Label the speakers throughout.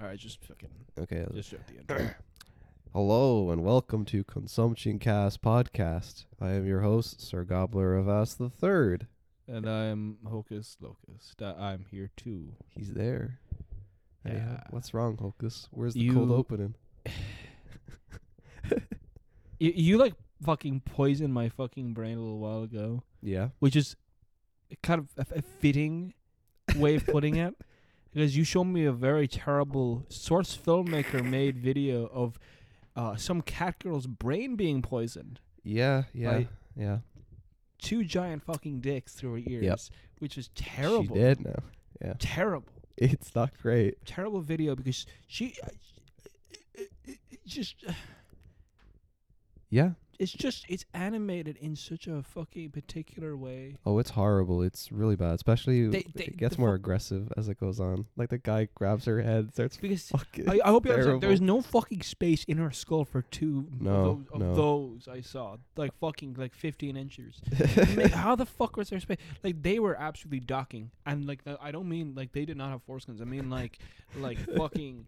Speaker 1: All right, just fucking
Speaker 2: Okay.
Speaker 1: just joke the intro.
Speaker 2: Hello and welcome to Consumption Cast podcast. I am your host, Sir Gobbler of Ass the Third.
Speaker 1: and I'm Hocus Locus. That I'm here too.
Speaker 2: He's there. Anyhow,
Speaker 1: Yeah.
Speaker 2: what's wrong, Hocus? Where's the cold
Speaker 1: You-
Speaker 2: opening?
Speaker 1: You, you like fucking poisoned my fucking brain a little while ago,
Speaker 2: Yeah.
Speaker 1: which is kind of a, a fitting way of putting it, because you showed me a very terrible source filmmaker made video of uh, some cat girl's brain being poisoned.
Speaker 2: Yeah. Yeah.
Speaker 1: Like,
Speaker 2: yeah.
Speaker 1: Two giant fucking dicks through her ears, which is terrible.
Speaker 2: She dead now.
Speaker 1: Terrible.
Speaker 2: It's not great.
Speaker 1: terrible video because she uh, just uh,
Speaker 2: Yeah.
Speaker 1: it's just it's animated in such a fucking particular way.
Speaker 2: Oh, it's horrible. It's really bad. Especially
Speaker 1: They- they-
Speaker 2: it gets
Speaker 1: the
Speaker 2: more
Speaker 1: fu-
Speaker 2: aggressive as it goes on. Like the guy grabs her head, starts
Speaker 1: Because
Speaker 2: fucking.
Speaker 1: I, I hope you understand, there's
Speaker 2: terrible.
Speaker 1: no fucking space in her skull for two
Speaker 2: No,
Speaker 1: of, those, of
Speaker 2: no.
Speaker 1: those I saw, like fucking like 15 inches. Ma- How the fuck was there space? Like they were absolutely docking, and like the- I don't mean like they did not have foreskins. I mean like like fucking.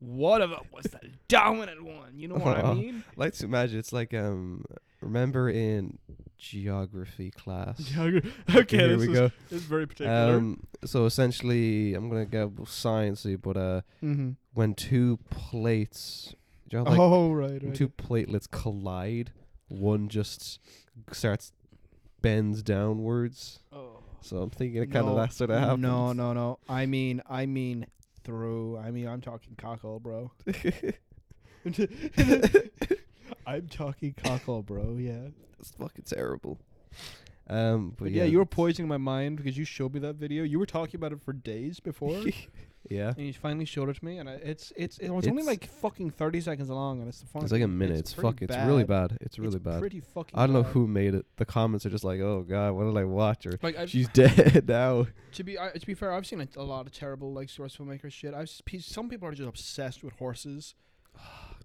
Speaker 1: One of them was the dominant one. You know what I
Speaker 2: Aw.
Speaker 1: mean?
Speaker 2: like to imagine it's like um remember in geography class
Speaker 1: okay,
Speaker 2: here we go
Speaker 1: It's very
Speaker 2: um so essentially i'm gonna go sciencey but uh when two plates do you know, like,
Speaker 1: Mm-hmm. oh right,
Speaker 2: when two platelets collide one just starts bends downwards
Speaker 1: Oh.
Speaker 2: so i'm thinking it kind
Speaker 3: No,
Speaker 2: of that sort of happens
Speaker 3: No, no, no. I mean, I mean through. I mean, I'm talking cockle, bro. I'm talking cockle, bro. Yeah.
Speaker 2: it's fucking terrible um but,
Speaker 3: But yeah, you were poisoning my mind because you showed me that video. You were talking about it for days before, and
Speaker 2: yeah
Speaker 3: you finally showed it to me. And I, it's it's it was only
Speaker 2: It's-
Speaker 3: like fucking thirty seconds long, and it's the fun.
Speaker 2: it's like a minute it's, fuck it's really bad it's really bad
Speaker 3: Pretty fucking.
Speaker 2: I don't know
Speaker 3: bad.
Speaker 2: who made it. The comments are just like, "Oh God, what did I watch?" Or
Speaker 3: Like I,
Speaker 2: "She's dead now."
Speaker 3: to be I, to be fair, I've seen a, a lot of terrible like source filmmaker shit. I've s- pe- some people are just obsessed with horses.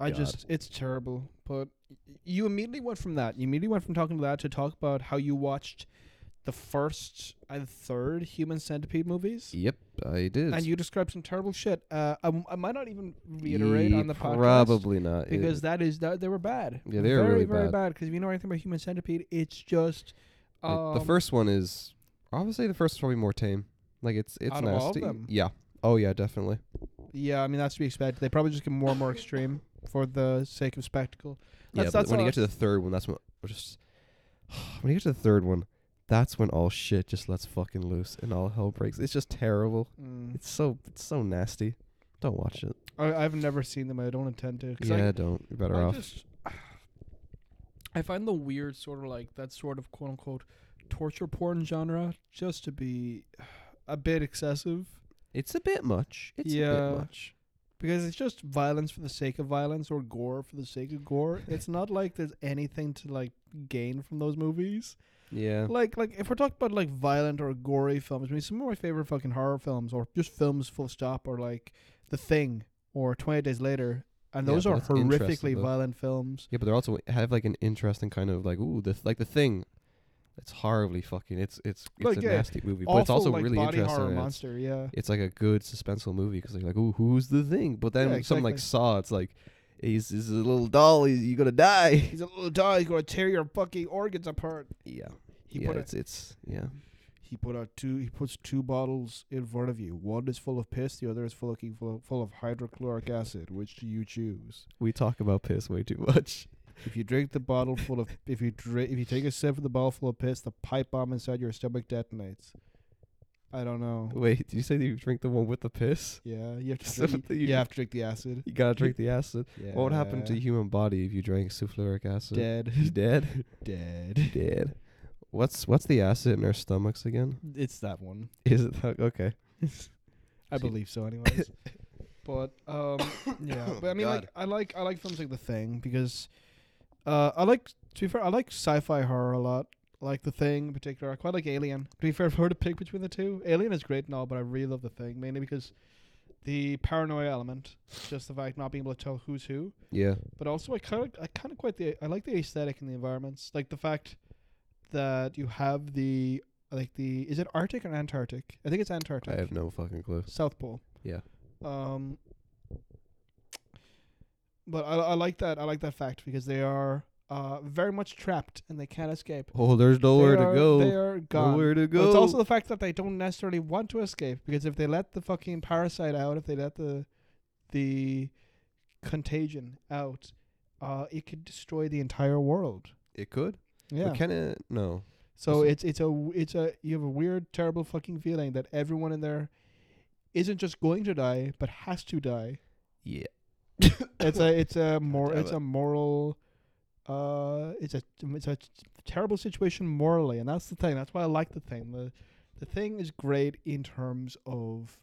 Speaker 3: I
Speaker 2: God.
Speaker 3: just it's terrible. But y- you immediately went from that. You immediately went from talking to that to talk about how you watched the first and third Human Centipede movies,
Speaker 2: Yep, I did.
Speaker 3: and you described some terrible shit. Uh, I, m- I might not even reiterate on the podcast
Speaker 2: Probably not It-
Speaker 3: because that is that they were bad.
Speaker 2: Yeah, they were
Speaker 3: very
Speaker 2: really
Speaker 3: very
Speaker 2: bad.
Speaker 3: bad. Because if you know anything about Human Centipede, it's just
Speaker 2: like,
Speaker 3: um,
Speaker 2: the first one is. I would say the first one's probably more tame. Like it's it's
Speaker 3: Out of all of
Speaker 2: nasty.
Speaker 3: them?
Speaker 2: Yeah. Oh yeah, definitely.
Speaker 3: Yeah, I mean that's to be expected. They probably just get more and more extreme for the sake of spectacle.
Speaker 2: Yeah,
Speaker 3: That's,
Speaker 2: but
Speaker 3: that's
Speaker 2: when you
Speaker 3: all
Speaker 2: get to the third one, that's when just when you get to the third one, that's when all shit just lets fucking loose and all hell breaks. It's just terrible.
Speaker 3: Mm.
Speaker 2: It's so it's so nasty. Don't watch it.
Speaker 3: I, I've never seen them. I don't intend to. 'cause I-
Speaker 2: Yeah, don't. You're better
Speaker 3: I
Speaker 2: off.
Speaker 3: Just, I find the weird sort of like that sort of quote unquote torture porn genre just to be a bit excessive
Speaker 2: It's a bit much. It's a
Speaker 3: Yeah.
Speaker 2: bit much.
Speaker 3: because it's just violence for the sake of violence or gore for the sake of gore. it's not like there's anything to like gain from those movies.
Speaker 2: Yeah.
Speaker 3: Like like if we're talking about like violent or gory films, I mean some of my favorite fucking horror films or just films full stop or like The Thing or 28 Days Later and
Speaker 2: Yeah,
Speaker 3: those
Speaker 2: but
Speaker 3: are
Speaker 2: that's interesting,
Speaker 3: horrifically
Speaker 2: though.
Speaker 3: violent films.
Speaker 2: Yeah, but they're also have like an interesting kind of like ooh the like the thing. It's horribly fucking. It's it's it's
Speaker 3: Like,
Speaker 2: a
Speaker 3: yeah,
Speaker 2: nasty movie, but it's
Speaker 3: Awful,
Speaker 2: also
Speaker 3: like,
Speaker 2: really
Speaker 3: body
Speaker 2: interesting.
Speaker 3: horror
Speaker 2: and It's,
Speaker 3: monster, yeah.
Speaker 2: it's like a good suspenseful movie because like ooh who's the thing? But then
Speaker 3: Yeah,
Speaker 2: when something like
Speaker 3: exactly.
Speaker 2: Saw, it's like he's he's a little doll. He's, you're gonna die.
Speaker 3: He's a little dog. He's gonna tear your fucking organs apart.
Speaker 2: yeah,
Speaker 3: He
Speaker 2: yeah.
Speaker 3: put
Speaker 2: It's it's yeah.
Speaker 3: he put out two. He puts two bottles in front of you. One is full of piss. The other is full of full of, full of hydrochloric acid. Which do you choose?
Speaker 2: We talk about piss way too much.
Speaker 3: If you drink the bottle full of, if you drink, if you take a sip of the bottle full of piss, the pipe bomb inside your stomach detonates. I don't know.
Speaker 2: Wait, did you say that you drink the one with the piss?
Speaker 3: Yeah, you have to.
Speaker 2: So
Speaker 3: drink,
Speaker 2: do
Speaker 3: you,
Speaker 2: you-
Speaker 3: have to drink the acid.
Speaker 2: You gotta drink the acid.
Speaker 3: Yeah.
Speaker 2: What would happen to the human body if you drank sulfuric acid? He's
Speaker 3: Dead.
Speaker 2: dead.
Speaker 3: Dead.
Speaker 2: dead. What's what's the acid in our stomachs again?
Speaker 3: It's that one.
Speaker 2: Is it that, okay?
Speaker 3: I
Speaker 2: See-
Speaker 3: believe so, anyways. but um, yeah, but I mean,
Speaker 2: God.
Speaker 3: like, I like I like films like The Thing because uh, I like to be fair, I like sci-fi horror a lot. I Like The Thing in particular, I quite like Alien. To be fair, if I were to pick between the two, Alien is great and all, but I really love The Thing mainly because the paranoia element, just the fact not being able to tell who's who,
Speaker 2: Yeah.
Speaker 3: but also I kind of I kind of quite the I like the aesthetic and the environments, like the fact that you have the like the is it Arctic or Antarctic? I think it's Antarctic.
Speaker 2: I have no fucking clue.
Speaker 3: South Pole.
Speaker 2: Yeah.
Speaker 3: Um, but I, I like that. I like that fact because they are uh, very much trapped and they can't escape.
Speaker 2: Oh, there's nowhere
Speaker 3: they
Speaker 2: to
Speaker 3: are, They
Speaker 2: go.
Speaker 3: are gone.
Speaker 2: Nowhere to
Speaker 3: But
Speaker 2: go.
Speaker 3: it's also the fact that they don't necessarily want to escape because if they let the fucking parasite out, if they let the the contagion out, uh, it could destroy the entire world.
Speaker 2: it could.
Speaker 3: Yeah.
Speaker 2: But can it? No.
Speaker 3: So
Speaker 2: Also-
Speaker 3: it's it's a w- it's a you have a weird, terrible fucking feeling that everyone in there isn't just going to die, but has to die.
Speaker 2: Yeah.
Speaker 3: It's a it's a more
Speaker 2: damn
Speaker 3: it's
Speaker 2: it.
Speaker 3: a moral. Uh, it's a it's a terrible situation morally, and that's the thing. That's why I like the thing. the The thing is great in terms of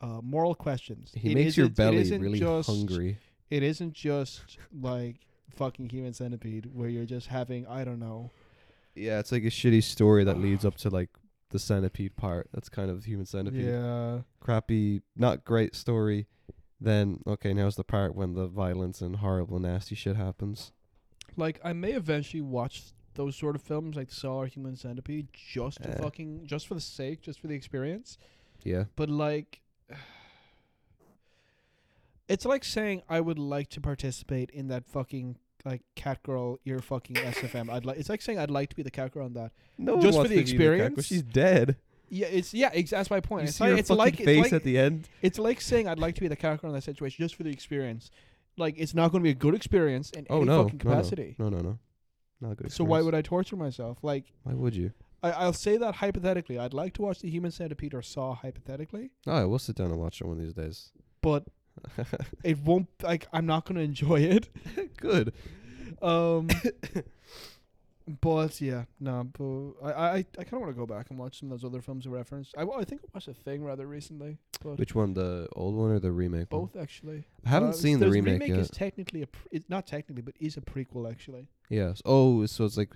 Speaker 3: uh, moral questions.
Speaker 2: He
Speaker 3: It
Speaker 2: makes your
Speaker 3: isn't- it
Speaker 2: belly
Speaker 3: isn't
Speaker 2: really
Speaker 3: just-
Speaker 2: hungry.
Speaker 3: It isn't just like fucking human centipede, where you're just having I don't know.
Speaker 2: Yeah, it's like a shitty story that leads up to like the centipede part. That's kind of human centipede.
Speaker 3: Yeah.
Speaker 2: Crappy, not great story. Then okay, now's the part when the violence and horrible, nasty shit happens.
Speaker 3: like I may eventually watch those sort of films like Saw or Human Centipede just to
Speaker 2: Yeah.
Speaker 3: fucking just for the sake, just for the experience.
Speaker 2: Yeah.
Speaker 3: But like it's like saying I would like to participate in that fucking like cat girl ear fucking SFM. I'd like it's like saying I'd like to be the cat girl on that.
Speaker 2: No
Speaker 3: Just for the
Speaker 2: to be cat girl.
Speaker 3: experience?
Speaker 2: She's dead.
Speaker 3: Yeah, it's yeah, ex- that's my point.
Speaker 2: You
Speaker 3: it's
Speaker 2: see
Speaker 3: like,
Speaker 2: her
Speaker 3: it's
Speaker 2: fucking
Speaker 3: like
Speaker 2: face
Speaker 3: it's like,
Speaker 2: at the end.
Speaker 3: it's like saying I'd like to be the cat girl in that situation just for the experience. Like it's not going to be a good experience in
Speaker 2: Oh
Speaker 3: any
Speaker 2: no.
Speaker 3: fucking
Speaker 2: no, no.
Speaker 3: capacity.
Speaker 2: No, no, no. Not a good.
Speaker 3: So why
Speaker 2: experience.
Speaker 3: would I torture myself? Like
Speaker 2: Why would you?
Speaker 3: I, I'll say that hypothetically. I'd like to watch the Human Centipede or Saw hypothetically,
Speaker 2: Oh, I will sit down and watch it one of these days.
Speaker 3: but it won't. Like I'm not going to enjoy it.
Speaker 2: Good.
Speaker 3: Um, but yeah, no. But I I, I kind of want to go back and watch some of those other films you referenced. I, wa- I think I watched a thing rather recently, but
Speaker 2: Which one, the old one or the remake? one?
Speaker 3: both actually.
Speaker 2: I haven't
Speaker 3: Uh,
Speaker 2: seen the
Speaker 3: there's-
Speaker 2: remake, yet.
Speaker 3: is technically a pre- it's not technically, but is a prequel actually.
Speaker 2: Yes. Oh, so it's like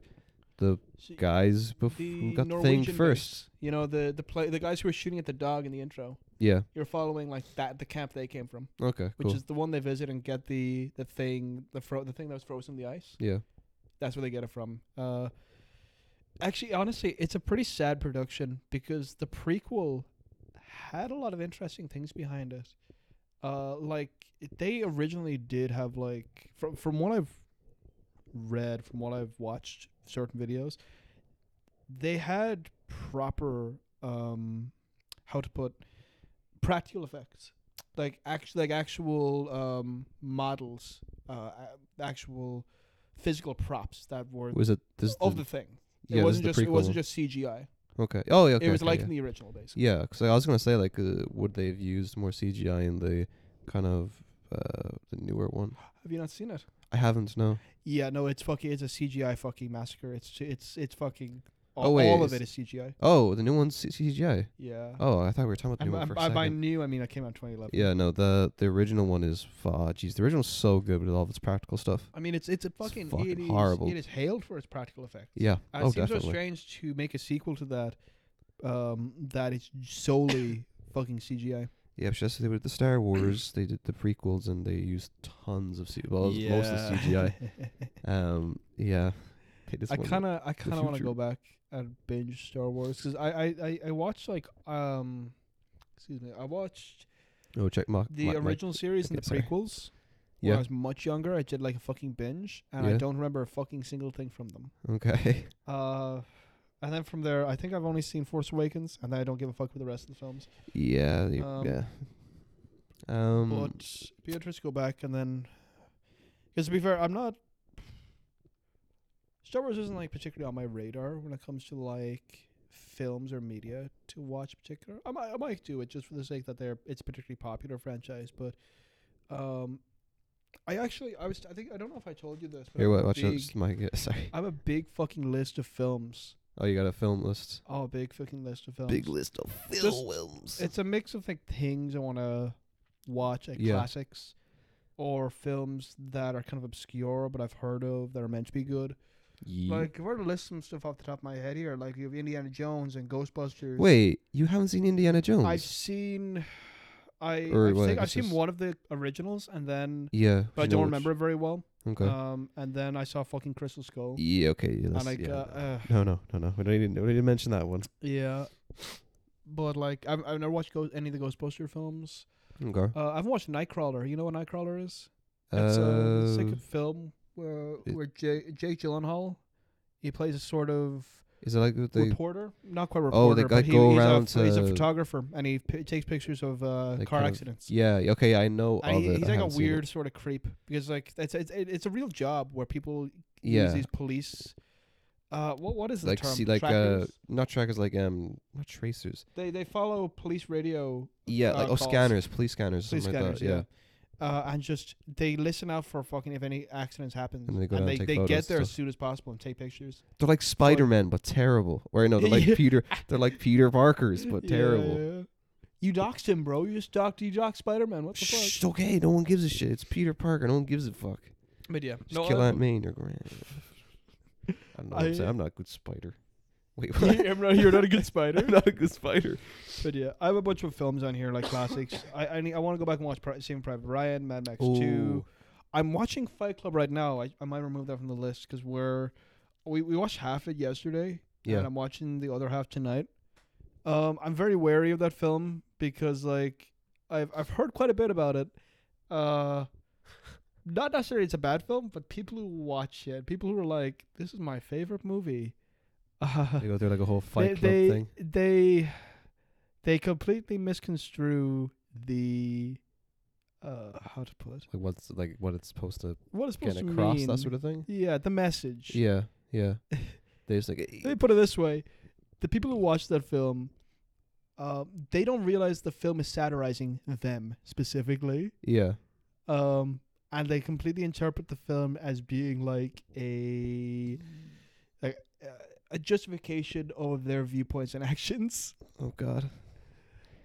Speaker 2: the
Speaker 3: So
Speaker 2: guys bef- who got the thing
Speaker 3: Norwegian
Speaker 2: first.
Speaker 3: you know the the play the guys who were shooting at the dog in the intro.
Speaker 2: Yeah.
Speaker 3: You're following like that the camp they came from.
Speaker 2: Okay.
Speaker 3: which
Speaker 2: Cool.
Speaker 3: is the one they visit and get the the thing the fro- the thing that was frozen in the ice.
Speaker 2: yeah.
Speaker 3: That's where they get it from. Uh, actually, honestly, it's a pretty sad production because the prequel had a lot of interesting things behind it. Uh, like they originally did have like from from what I've read, from what I've watched certain videos, they had proper um, how to put practical effects, like act like actual um models, uh, a- actual physical props that were
Speaker 2: Was it this?
Speaker 3: of
Speaker 2: the,
Speaker 3: Oh, the thing. it
Speaker 2: yeah, this is
Speaker 3: wasn't
Speaker 2: the
Speaker 3: just it
Speaker 2: prequel
Speaker 3: wasn't
Speaker 2: one.
Speaker 3: just CGI.
Speaker 2: Okay. Oh, yeah. Okay,
Speaker 3: it was
Speaker 2: okay,
Speaker 3: like
Speaker 2: yeah.
Speaker 3: in the original basically.
Speaker 2: Yeah, 'cause I was gonna say like, uh, would they have used more CGI in the kind of uh, the newer one?
Speaker 3: Have you not seen it?
Speaker 2: I haven't. No.
Speaker 3: Yeah, no, it's fucking it's a CGI fucking massacre. It's it's it's fucking all,
Speaker 2: Oh, wait,
Speaker 3: all of
Speaker 2: is-
Speaker 3: it is CGI.
Speaker 2: Oh, the new one's C- CGI.
Speaker 3: Yeah.
Speaker 2: Oh, I thought we were talking about the
Speaker 3: And
Speaker 2: new
Speaker 3: by-
Speaker 2: one for a
Speaker 3: by, by
Speaker 2: second.
Speaker 3: new I mean I came out in 2011.
Speaker 2: Yeah, no, the the original one is oh, jeez, the original's so good with all of its practical stuff.
Speaker 3: I mean it's it's a fucking,
Speaker 2: fucking
Speaker 3: it is,
Speaker 2: horrible.
Speaker 3: It is hailed for its practical effects.
Speaker 2: Yeah.
Speaker 3: Uh,
Speaker 2: oh,
Speaker 3: it seems so
Speaker 2: definitely.
Speaker 3: strange to make a sequel to that, um, that it's solely fucking CGI.
Speaker 2: Yeah, it's just they were the Star Wars. they did the prequels and they used tons of C- well, it was mostly CGI. Um, yeah. Okay, this
Speaker 3: I
Speaker 2: one-
Speaker 3: kind of, I kind of want to go
Speaker 2: future.
Speaker 3: back and binge Star Wars because I, I, I, I watched like, um, excuse me, I watched
Speaker 2: oh check mark
Speaker 3: the original series and
Speaker 2: okay,
Speaker 3: the
Speaker 2: sorry.
Speaker 3: prequels. When
Speaker 2: Yeah.
Speaker 3: I was much younger, I did like a fucking binge, and I
Speaker 2: Yeah.
Speaker 3: don't remember a fucking single thing from them.
Speaker 2: Okay,
Speaker 3: Uh, and then from there, I think I've only seen Force Awakens, and then I don't give a fuck with the rest of the films.
Speaker 2: yeah, you-
Speaker 3: Um,
Speaker 2: yeah. Um,
Speaker 3: but be interested to go back and then because to be fair i'm not star wars isn't like particularly on my radar when it comes to like films or media to watch in particular i might, I might do it just for the sake that they're it's a particularly popular franchise but um i actually i was i think i don't know if i told you this but
Speaker 2: here,
Speaker 3: I'm
Speaker 2: wait,
Speaker 3: a
Speaker 2: watch
Speaker 3: uh, big,
Speaker 2: this. Mike, yeah, sorry.
Speaker 3: i have a big fucking list of films
Speaker 2: Oh, you got a film list.
Speaker 3: oh big fucking list of films
Speaker 2: Big list of films.
Speaker 3: it's a mix of like things I want to watch, like
Speaker 2: Yeah.
Speaker 3: classics or films that are kind of obscure but I've heard of that are meant to be good.
Speaker 2: Ye-
Speaker 3: Like if I were to list some stuff off the top of my head here, like you have Indiana Jones and Ghostbusters.
Speaker 2: wait, you haven't seen Indiana Jones?
Speaker 3: I've seen, I
Speaker 2: Or
Speaker 3: I've,
Speaker 2: wait,
Speaker 3: seen,
Speaker 2: I
Speaker 3: I've
Speaker 2: guess
Speaker 3: seen
Speaker 2: it's-
Speaker 3: one of the originals and then,
Speaker 2: yeah,
Speaker 3: but I
Speaker 2: you know
Speaker 3: don't
Speaker 2: which-
Speaker 3: remember it very well.
Speaker 2: Okay.
Speaker 3: Um, and then I saw fucking Crystal Skull.
Speaker 2: yeah, okay. Yeah,
Speaker 3: And
Speaker 2: that's,
Speaker 3: like,
Speaker 2: yeah,
Speaker 3: uh, uh,
Speaker 2: no, no, no, no. We don't need. to- We don't need to mention that one.
Speaker 3: yeah, but like I've, I've never watched Ghost, any of the Ghostbuster films.
Speaker 2: Okay.
Speaker 3: Uh, I've watched Nightcrawler. You know what Nightcrawler is? It's
Speaker 2: Uh,
Speaker 3: a second film where
Speaker 2: it-
Speaker 3: where Jay, Jake Gyllenhaal, he plays a sort of
Speaker 2: Uh, is it like what they
Speaker 3: reporter, not quite reporter,
Speaker 2: Oh, they
Speaker 3: but
Speaker 2: got
Speaker 3: he,
Speaker 2: go
Speaker 3: he's,
Speaker 2: around
Speaker 3: a, he's a
Speaker 2: to-
Speaker 3: photographer and he p- takes pictures of uh,
Speaker 2: Like
Speaker 3: car
Speaker 2: kind of-
Speaker 3: accidents.
Speaker 2: Yeah. y- Okay. I know
Speaker 3: And
Speaker 2: of
Speaker 3: he-
Speaker 2: it.
Speaker 3: he's
Speaker 2: I
Speaker 3: like a
Speaker 2: haven't seen it.
Speaker 3: weird sort of creep because like that's it's it- it's a real job where people use
Speaker 2: Yeah.
Speaker 3: these police. Uh, what what is the
Speaker 2: Like
Speaker 3: term?
Speaker 2: see, like uh,
Speaker 3: Trackers?
Speaker 2: not trackers, like um, not tracers.
Speaker 3: they they follow police radio
Speaker 2: Yeah,
Speaker 3: Uh,
Speaker 2: like oh,
Speaker 3: calls.
Speaker 2: scanners, police scanners,
Speaker 3: police
Speaker 2: something
Speaker 3: scanners,
Speaker 2: like that. Yeah.
Speaker 3: yeah. Uh, and just they listen out for fucking if any accidents happen,
Speaker 2: And they go down
Speaker 3: they,
Speaker 2: and take
Speaker 3: they
Speaker 2: photos
Speaker 3: get
Speaker 2: and
Speaker 3: there as
Speaker 2: stuff.
Speaker 3: soon as possible and take pictures.
Speaker 2: They're like Spider Man, but terrible. Or no, they're like
Speaker 3: Yeah.
Speaker 2: Peter. They're like Peter Parker's, but terrible.
Speaker 3: You doxed him, bro. You just doxed you doxed Spider Man. What the
Speaker 2: Shh, it's
Speaker 3: fuck?
Speaker 2: okay. No one gives a shit. It's Peter Parker. No one gives a fuck.
Speaker 3: But yeah,
Speaker 2: Just kill Aunt May and you're grand. I don't know. what
Speaker 3: I-
Speaker 2: I'm, saying. I'm not a good spider. Wait, what?
Speaker 3: I'm not, you're not a good spider.
Speaker 2: I'm not a good spider.
Speaker 3: But yeah, I have a bunch of films on here like classics. I I, need, I want to go back and watch Pri- Saving Private Ryan, Mad Max Two.
Speaker 2: Ooh.
Speaker 3: I'm watching Fight Club right now. I, I might remove that from the list because we're we, we watched half it yesterday,
Speaker 2: Yeah.
Speaker 3: and I'm watching the other half tonight. Um, I'm very wary of that film because like I've I've heard quite a bit about it. Uh, not necessarily it's a bad film, but people who watch it, people who are like, this is my favorite movie. Uh,
Speaker 2: They go through like a whole fight club
Speaker 3: they,
Speaker 2: thing.
Speaker 3: They they completely misconstrue the uh how to put it.
Speaker 2: Like what's like what it's supposed to
Speaker 3: What it's
Speaker 2: get
Speaker 3: supposed to
Speaker 2: across,
Speaker 3: mean.
Speaker 2: that sort of thing.
Speaker 3: Yeah, the message.
Speaker 2: Yeah, yeah. They just like "Eh,
Speaker 3: Let me put it this way: the people who watch that film, um, they don't realize the film is satirizing them specifically,
Speaker 2: yeah.
Speaker 3: um, and they completely interpret the film as being like a like uh, a justification of their viewpoints and actions.
Speaker 2: Oh God.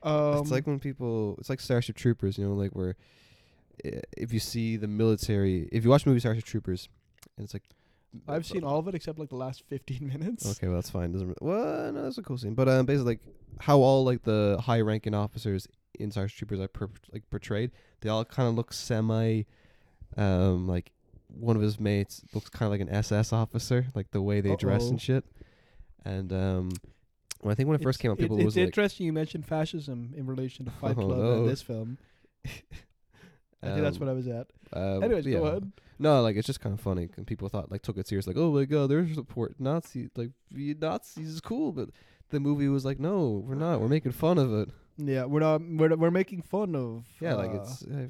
Speaker 3: Um,
Speaker 2: it's like when people. It's like Starship Troopers. You know, like where i- if you see the military, if you watch the movie Starship Troopers, and it's like
Speaker 3: I've seen all of it except like the last 15 minutes.
Speaker 2: Okay, well that's fine. Doesn't really, well, no, that's a cool scene. But um, basically, like how all like the high-ranking officers in Starship Troopers are per- like portrayed, they all kind of look semi, um, like one of his mates looks kind of like an SS officer, like the way they dress
Speaker 3: Uh-oh.
Speaker 2: and shit. And um, when I think when it first
Speaker 3: It's-
Speaker 2: came out, people
Speaker 3: it,
Speaker 2: was
Speaker 3: It's
Speaker 2: like,
Speaker 3: interesting you mentioned fascism in relation to Fight
Speaker 2: Oh,
Speaker 3: Club
Speaker 2: no.
Speaker 3: and this film. I think that's
Speaker 2: um,
Speaker 3: what I was at.
Speaker 2: Um,
Speaker 3: Anyways, go
Speaker 2: yeah.
Speaker 3: on.
Speaker 2: No, like it's just kind of funny, and people thought like took it serious, like oh my god, they're support Nazi, like the Nazis is cool, but the movie was like no, we're not, we're making fun of it.
Speaker 3: Yeah, we're not we're we're making fun of
Speaker 2: Yeah, like
Speaker 3: uh,
Speaker 2: it's I, I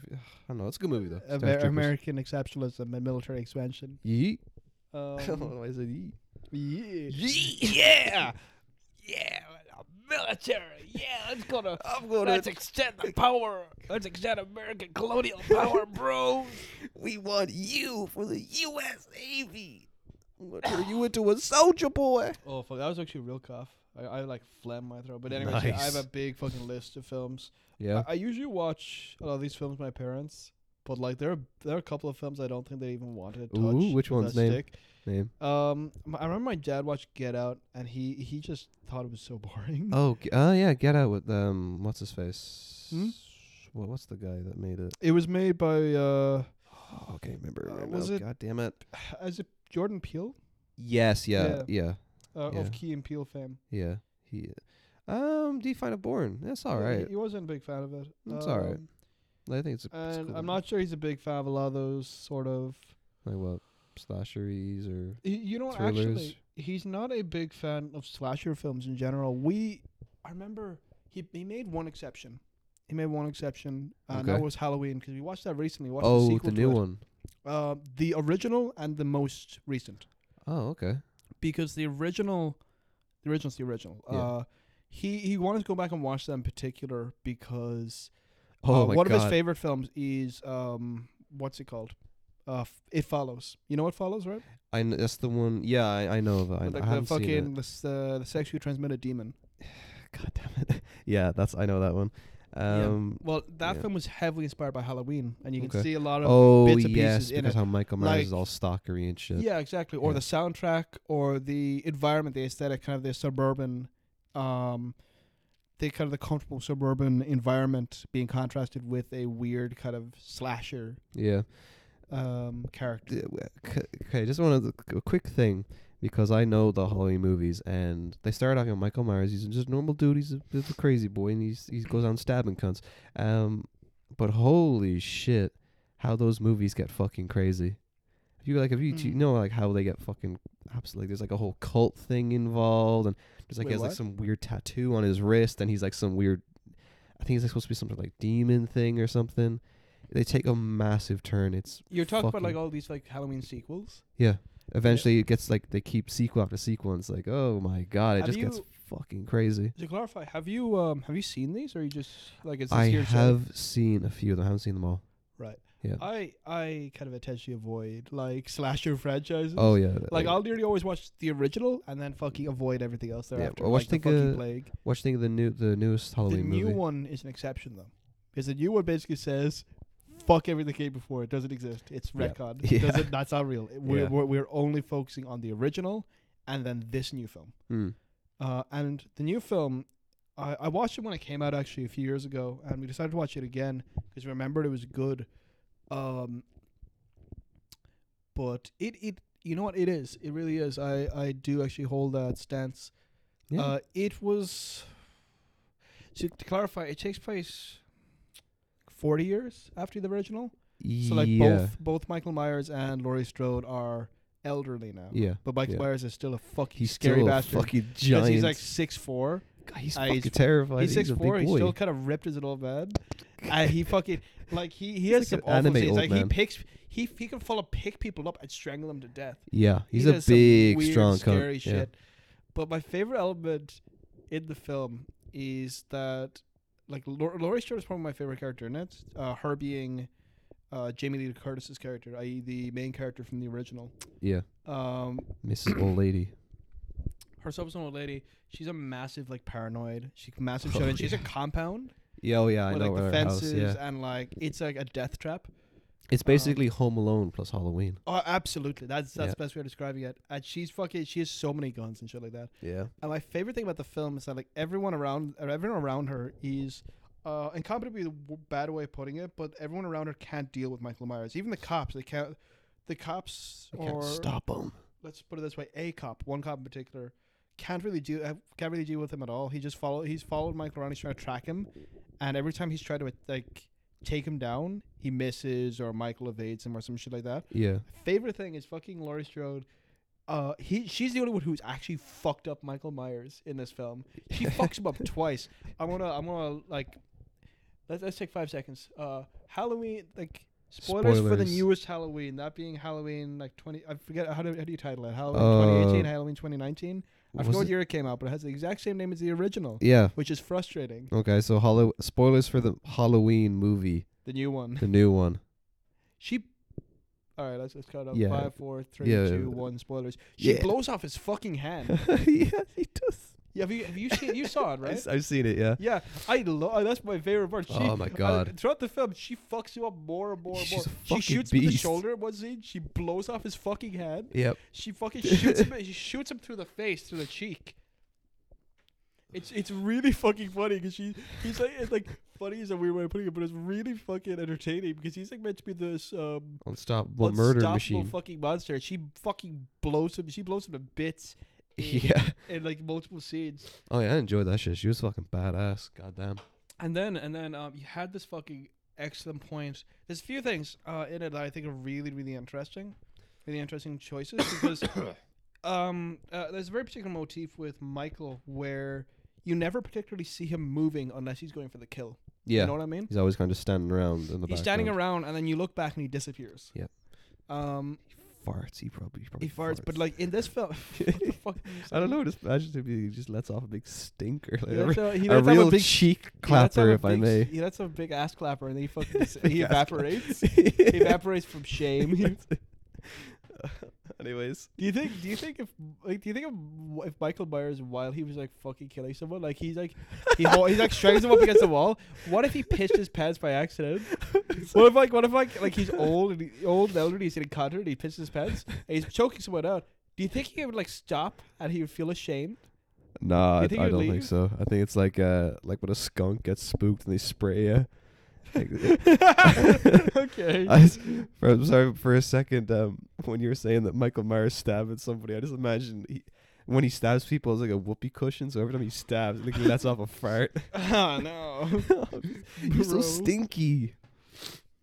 Speaker 2: don't know, it's a good movie though.
Speaker 3: Amer-
Speaker 2: Starship Troopers.
Speaker 3: American exceptionalism and military expansion.
Speaker 2: Yeet. I don't know
Speaker 3: Um,
Speaker 2: why I said yeet.
Speaker 3: yeah.
Speaker 4: Yeah. Yeah. Military. Yeah. Let's go to.
Speaker 2: I'm going
Speaker 4: Let's extend the power. Let's extend American colonial power, bro.
Speaker 2: We want you for the U.S. Navy. Turn you into a soldier boy.
Speaker 3: Oh fuck, that was actually a real cough. I, I like phlegm my throat. But anyways, yeah, I have
Speaker 2: Nice.
Speaker 3: a big fucking list of films.
Speaker 2: Yeah.
Speaker 3: I, I usually watch a lot of these films with my parents, but like there are there are a couple of films I don't think they even wanted to touch.
Speaker 2: Ooh, which
Speaker 3: with
Speaker 2: one's
Speaker 3: a
Speaker 2: name?
Speaker 3: stick.
Speaker 2: Name.
Speaker 3: Um, m- I remember my dad watched Get Out, and he he just thought it was so boring.
Speaker 2: Oh, g- oh yeah. Get out with um. What's his face?
Speaker 3: Hmm?
Speaker 2: What, what's the guy that made it?
Speaker 3: It was made by uh,
Speaker 2: Oh, okay, remember.
Speaker 3: Uh,
Speaker 2: right
Speaker 3: was
Speaker 2: now.
Speaker 3: it-
Speaker 2: God damn it.
Speaker 3: as it Jordan Peele
Speaker 2: Yes. Yeah. Yeah.
Speaker 3: uh,
Speaker 2: Yeah.
Speaker 3: of Key and Peele fame.
Speaker 2: Yeah. He. Um. Do you find it boring? That's all
Speaker 3: Yeah, he-
Speaker 2: right.
Speaker 3: He, wasn't a big fan of it.
Speaker 2: It's all right.
Speaker 3: Um,
Speaker 2: I think it's. A, it's
Speaker 3: And
Speaker 2: cool.
Speaker 3: I'm not sure he's a big fan of a lot of those sort of.
Speaker 2: like what slasheries or
Speaker 3: Y- You know,
Speaker 2: Thrillers.
Speaker 3: actually, he's not a big fan of slasher films in general. We, I remember he he made one exception. He made one exception, and that
Speaker 2: Okay.
Speaker 3: was Halloween because we watched that recently. We watched the,
Speaker 2: oh
Speaker 3: sequel
Speaker 2: the
Speaker 3: to
Speaker 2: new
Speaker 3: it.
Speaker 2: one.
Speaker 3: Uh, the original and the most recent.
Speaker 2: Oh okay.
Speaker 3: because the original, the original's the original.
Speaker 2: Yeah.
Speaker 3: Uh, he he wanted to go back and watch that in particular because
Speaker 2: Oh
Speaker 3: uh,
Speaker 2: my
Speaker 3: one
Speaker 2: god.
Speaker 3: of his favorite films is um what's it called? Uh, F- it follows. You know what follows, right?
Speaker 2: I kn- that's the one. Yeah, I, I know of it. I,
Speaker 3: With,
Speaker 2: I
Speaker 3: like the
Speaker 2: haven't seen
Speaker 3: fucking
Speaker 2: it.
Speaker 3: the s- uh, the sexually transmitted demon.
Speaker 2: God damn it. yeah, that's I know that one. Um.
Speaker 3: Well, that
Speaker 2: yeah.
Speaker 3: film was heavily inspired by Halloween, and you
Speaker 2: Okay.
Speaker 3: can see a lot of
Speaker 2: Oh
Speaker 3: bits and
Speaker 2: yes,
Speaker 3: pieces in
Speaker 2: because
Speaker 3: it.
Speaker 2: how Michael Myers
Speaker 3: Like-
Speaker 2: is all stalkery and shit.
Speaker 3: yeah, exactly. Or
Speaker 2: Yeah.
Speaker 3: the soundtrack, or the environment, the aesthetic, kind of the suburban, um, the kind of the comfortable suburban environment being contrasted with a weird kind of slasher
Speaker 2: Yeah.
Speaker 3: um character.
Speaker 2: D- w- c- Okay, just one of the a quick thing. because I know the Halloween movies, and they start off you know Michael Myers. He's just a normal dude. He's a, he's a crazy boy, and he's he goes on stabbing cunts. Um, but holy shit, how those movies get fucking crazy. If you like, if you, you
Speaker 3: Mm.
Speaker 2: know like how they get fucking absolutely. There's like a whole cult thing involved, and there's like
Speaker 3: Wait,
Speaker 2: he has like
Speaker 3: what?
Speaker 2: some weird tattoo on his wrist, and he's like some weird. I think he's like supposed to be something like demon thing or something. They take a massive turn. It's
Speaker 1: You're talking about like
Speaker 2: fucking-
Speaker 1: all these like Halloween sequels.
Speaker 2: yeah. Eventually, it gets like they keep sequel after sequel. And it's like, oh my god, it
Speaker 1: Have
Speaker 2: just gets
Speaker 1: you-
Speaker 2: fucking crazy.
Speaker 1: To clarify, have you um have you seen these or you just like it's
Speaker 2: I have seen a few of them. I haven't seen them all.
Speaker 3: Right.
Speaker 2: Yeah.
Speaker 3: I I kind of intentionally avoid like slasher franchises.
Speaker 2: oh yeah.
Speaker 3: Like I'll nearly always watch the original and then fucking avoid everything else thereafter.
Speaker 2: I watched,
Speaker 3: like
Speaker 2: think,
Speaker 3: the fucking
Speaker 2: uh,
Speaker 3: plague.
Speaker 2: what you think of the new the newest
Speaker 3: The
Speaker 2: Halloween
Speaker 3: new
Speaker 2: movie?
Speaker 3: one is an exception though, because the new one basically says, "Fuck everything that came before. It doesn't exist. It's
Speaker 2: Yeah.
Speaker 3: retcon.
Speaker 2: Yeah.
Speaker 3: It doesn't, that's not real. It- We're,
Speaker 2: Yeah.
Speaker 3: we're we're only focusing on the original, and then this new film.
Speaker 2: Mm.
Speaker 3: Uh, and the new film, I, I watched it when it came out actually a few years ago, and we decided to watch it again because we remembered it was good. Um, but it, it you know what it is? It really is. I, I do actually hold that stance.
Speaker 2: Yeah.
Speaker 3: Uh, it was to, to clarify. It takes place forty years after the original, so like
Speaker 2: yeah.
Speaker 3: both both Michael Myers and Laurie Strode are elderly now.
Speaker 2: Yeah.
Speaker 3: But Michael
Speaker 2: Yeah.
Speaker 3: Myers is still a fucking
Speaker 2: He's
Speaker 3: scary
Speaker 2: still
Speaker 3: bastard.
Speaker 2: a fucking
Speaker 3: Because
Speaker 2: giant.
Speaker 3: He's like six four.
Speaker 2: God, he's
Speaker 3: uh,
Speaker 2: fucking
Speaker 3: he's-
Speaker 2: terrified.
Speaker 3: he's six
Speaker 2: a
Speaker 3: four.
Speaker 2: big
Speaker 3: He's
Speaker 2: boy.
Speaker 3: still kind of ripped as an old man. and he fucking like he he
Speaker 2: like
Speaker 3: has some
Speaker 2: an
Speaker 3: awful
Speaker 2: anime
Speaker 3: scenes.
Speaker 2: old
Speaker 3: Like he
Speaker 2: man.
Speaker 3: picks he he can follow pick people up and strangle them to death.
Speaker 2: yeah, he's
Speaker 3: He
Speaker 2: a
Speaker 3: does some
Speaker 2: big,
Speaker 3: weird,
Speaker 2: strong cunt.
Speaker 3: scary
Speaker 2: Yeah.
Speaker 3: shit. But my favorite element in the film is that like Lor- Laurie Strode is probably my favorite character in it. Uh, her being uh, Jamie Lee Curtis's character, i.e., the main character from the original.
Speaker 2: Yeah,
Speaker 3: Um,
Speaker 2: Mrs. Old Lady.
Speaker 3: herself as an old lady. She's a massive like paranoid. She's massive
Speaker 2: Oh,
Speaker 3: shut in. She's a
Speaker 2: yeah.
Speaker 3: compound
Speaker 2: Yeah, oh yeah, I
Speaker 3: with
Speaker 2: know
Speaker 3: like
Speaker 2: where
Speaker 3: the
Speaker 2: her house.
Speaker 3: fences uh,
Speaker 2: Yeah,
Speaker 3: and like it's like a death trap.
Speaker 2: it's basically Home Alone plus Halloween.
Speaker 3: Oh, absolutely. That's that's
Speaker 2: Yeah.
Speaker 3: the best way of describing it. And she's fucking. She has so many guns and shit like that.
Speaker 2: Yeah,
Speaker 3: And my favorite thing about the film is that like everyone around or everyone around her is. Uh, incompetent would be the w- bad way of putting it, but everyone around her can't deal with Michael Myers. Even the cops, they can't. The cops
Speaker 2: I
Speaker 3: or
Speaker 2: can't stop him.
Speaker 3: let's put it this way: a cop, one cop in particular, can't really do uh, can't really deal with him at all. He just follow he's followed Michael around. He's trying to track him, and every time he's tried to like take him down, he misses or Michael evades him or some shit like that.
Speaker 2: Yeah,
Speaker 3: Favorite thing is fucking Laurie Strode. Uh, he she's the only one who's actually fucked up Michael Myers in this film. She fucks him up twice. I'm gonna I'm gonna like let's let's take five seconds. Uh, Halloween like. Spoilers, for the
Speaker 2: Spoilers.
Speaker 3: newest Halloween, that being Halloween like twenty. I forget how do how do you title it? Halloween
Speaker 2: Uh,
Speaker 3: 2018, Halloween 2019. I
Speaker 2: Was
Speaker 3: forgot what
Speaker 2: it-
Speaker 3: year it came out, but it has the exact same name as the original,
Speaker 2: yeah.
Speaker 3: which is frustrating.
Speaker 2: Okay, so Hollow spoilers for the Halloween movie,
Speaker 3: The new one.
Speaker 2: the new one.
Speaker 3: She. All right, let's let's cut it out.
Speaker 2: Yeah.
Speaker 3: Five, four, three, two, one.
Speaker 2: Yeah.
Speaker 3: Spoilers. She
Speaker 2: Yeah.
Speaker 3: blows off his fucking hand.
Speaker 2: yeah, he does.
Speaker 3: yeah, have you have you seen you saw it right?
Speaker 2: I, have seen it. Yeah.
Speaker 3: Yeah, I love. That's my favorite part. She,
Speaker 2: Oh my
Speaker 3: uh,
Speaker 2: God.
Speaker 3: throughout the film, she fucks you up more and more and more.
Speaker 2: She's a
Speaker 3: She
Speaker 2: fucking
Speaker 3: shoots him in the
Speaker 2: beast.
Speaker 3: shoulder at one scene. She blows off his fucking hand.
Speaker 2: Yep.
Speaker 3: She fucking shoots him. She shoots him through the face, through the cheek. It's it's really fucking funny because she he's like it's like funny is a weird way of putting it, but it's really fucking entertaining because he's like meant to be this um
Speaker 2: Unstoppable murder
Speaker 3: unstoppable
Speaker 2: machine.
Speaker 3: fucking monster. She fucking blows him. She blows him to bits in,
Speaker 2: yeah.
Speaker 3: in like multiple scenes.
Speaker 2: Oh yeah, I enjoyed that shit. She was fucking badass. Goddamn.
Speaker 3: And then and then um, you had this fucking excellent point. There's a few things uh, in it that I think are really really interesting, really interesting choices because um, uh, there's a very particular motif with Michael where you never particularly see him moving unless he's going for the kill.
Speaker 2: Yeah.
Speaker 3: You know what I mean?
Speaker 2: He's always kind of standing around in the
Speaker 3: He's standing around and then you look back and he disappears.
Speaker 2: Yep.
Speaker 3: Um,
Speaker 2: around. Farts. He probably.
Speaker 3: he farts, but like in this film, what the fuck did you
Speaker 2: I don't
Speaker 3: say?
Speaker 2: know. Just imagine if he just lets off a big stinker.
Speaker 3: He
Speaker 2: Like,
Speaker 3: lets
Speaker 2: a,
Speaker 3: out- he
Speaker 2: a
Speaker 3: lets out
Speaker 2: real
Speaker 3: big
Speaker 2: cheek
Speaker 3: He lets out
Speaker 2: clapper,
Speaker 3: a
Speaker 2: if I
Speaker 3: big-
Speaker 2: may.
Speaker 3: He lets out a big ass clapper, and then he fucking dis- he
Speaker 2: Big ass clap.
Speaker 3: evaporates. he evaporates from shame.
Speaker 2: Anyways.
Speaker 3: do you think? Do you think if like do you think if, w- if Michael Myers, while he was like fucking killing someone, like he's like he ho- he's like strangles him up against the wall. What if he pissed his pants by accident? What if like what if like like he's old and he, old and elderly, he's in a cutter and he pisses his pants and he's choking someone out. Do you think he would like stop and he would feel ashamed?
Speaker 2: Nah,
Speaker 3: You
Speaker 2: I,
Speaker 3: think
Speaker 2: I
Speaker 3: he'd
Speaker 2: don't think
Speaker 3: leave?
Speaker 2: so. I think it's like uh like when a skunk gets spooked and they spray you.
Speaker 3: okay.
Speaker 2: I s- for, I'm sorry for a second. Um, when you were saying that Michael Myers stabbed at somebody, I just imagine he, when he stabs people, it's like a whoopee cushion. So every time he stabs, like he lets off a fart.
Speaker 3: oh no.
Speaker 2: You're so
Speaker 3: Bro.
Speaker 2: stinky.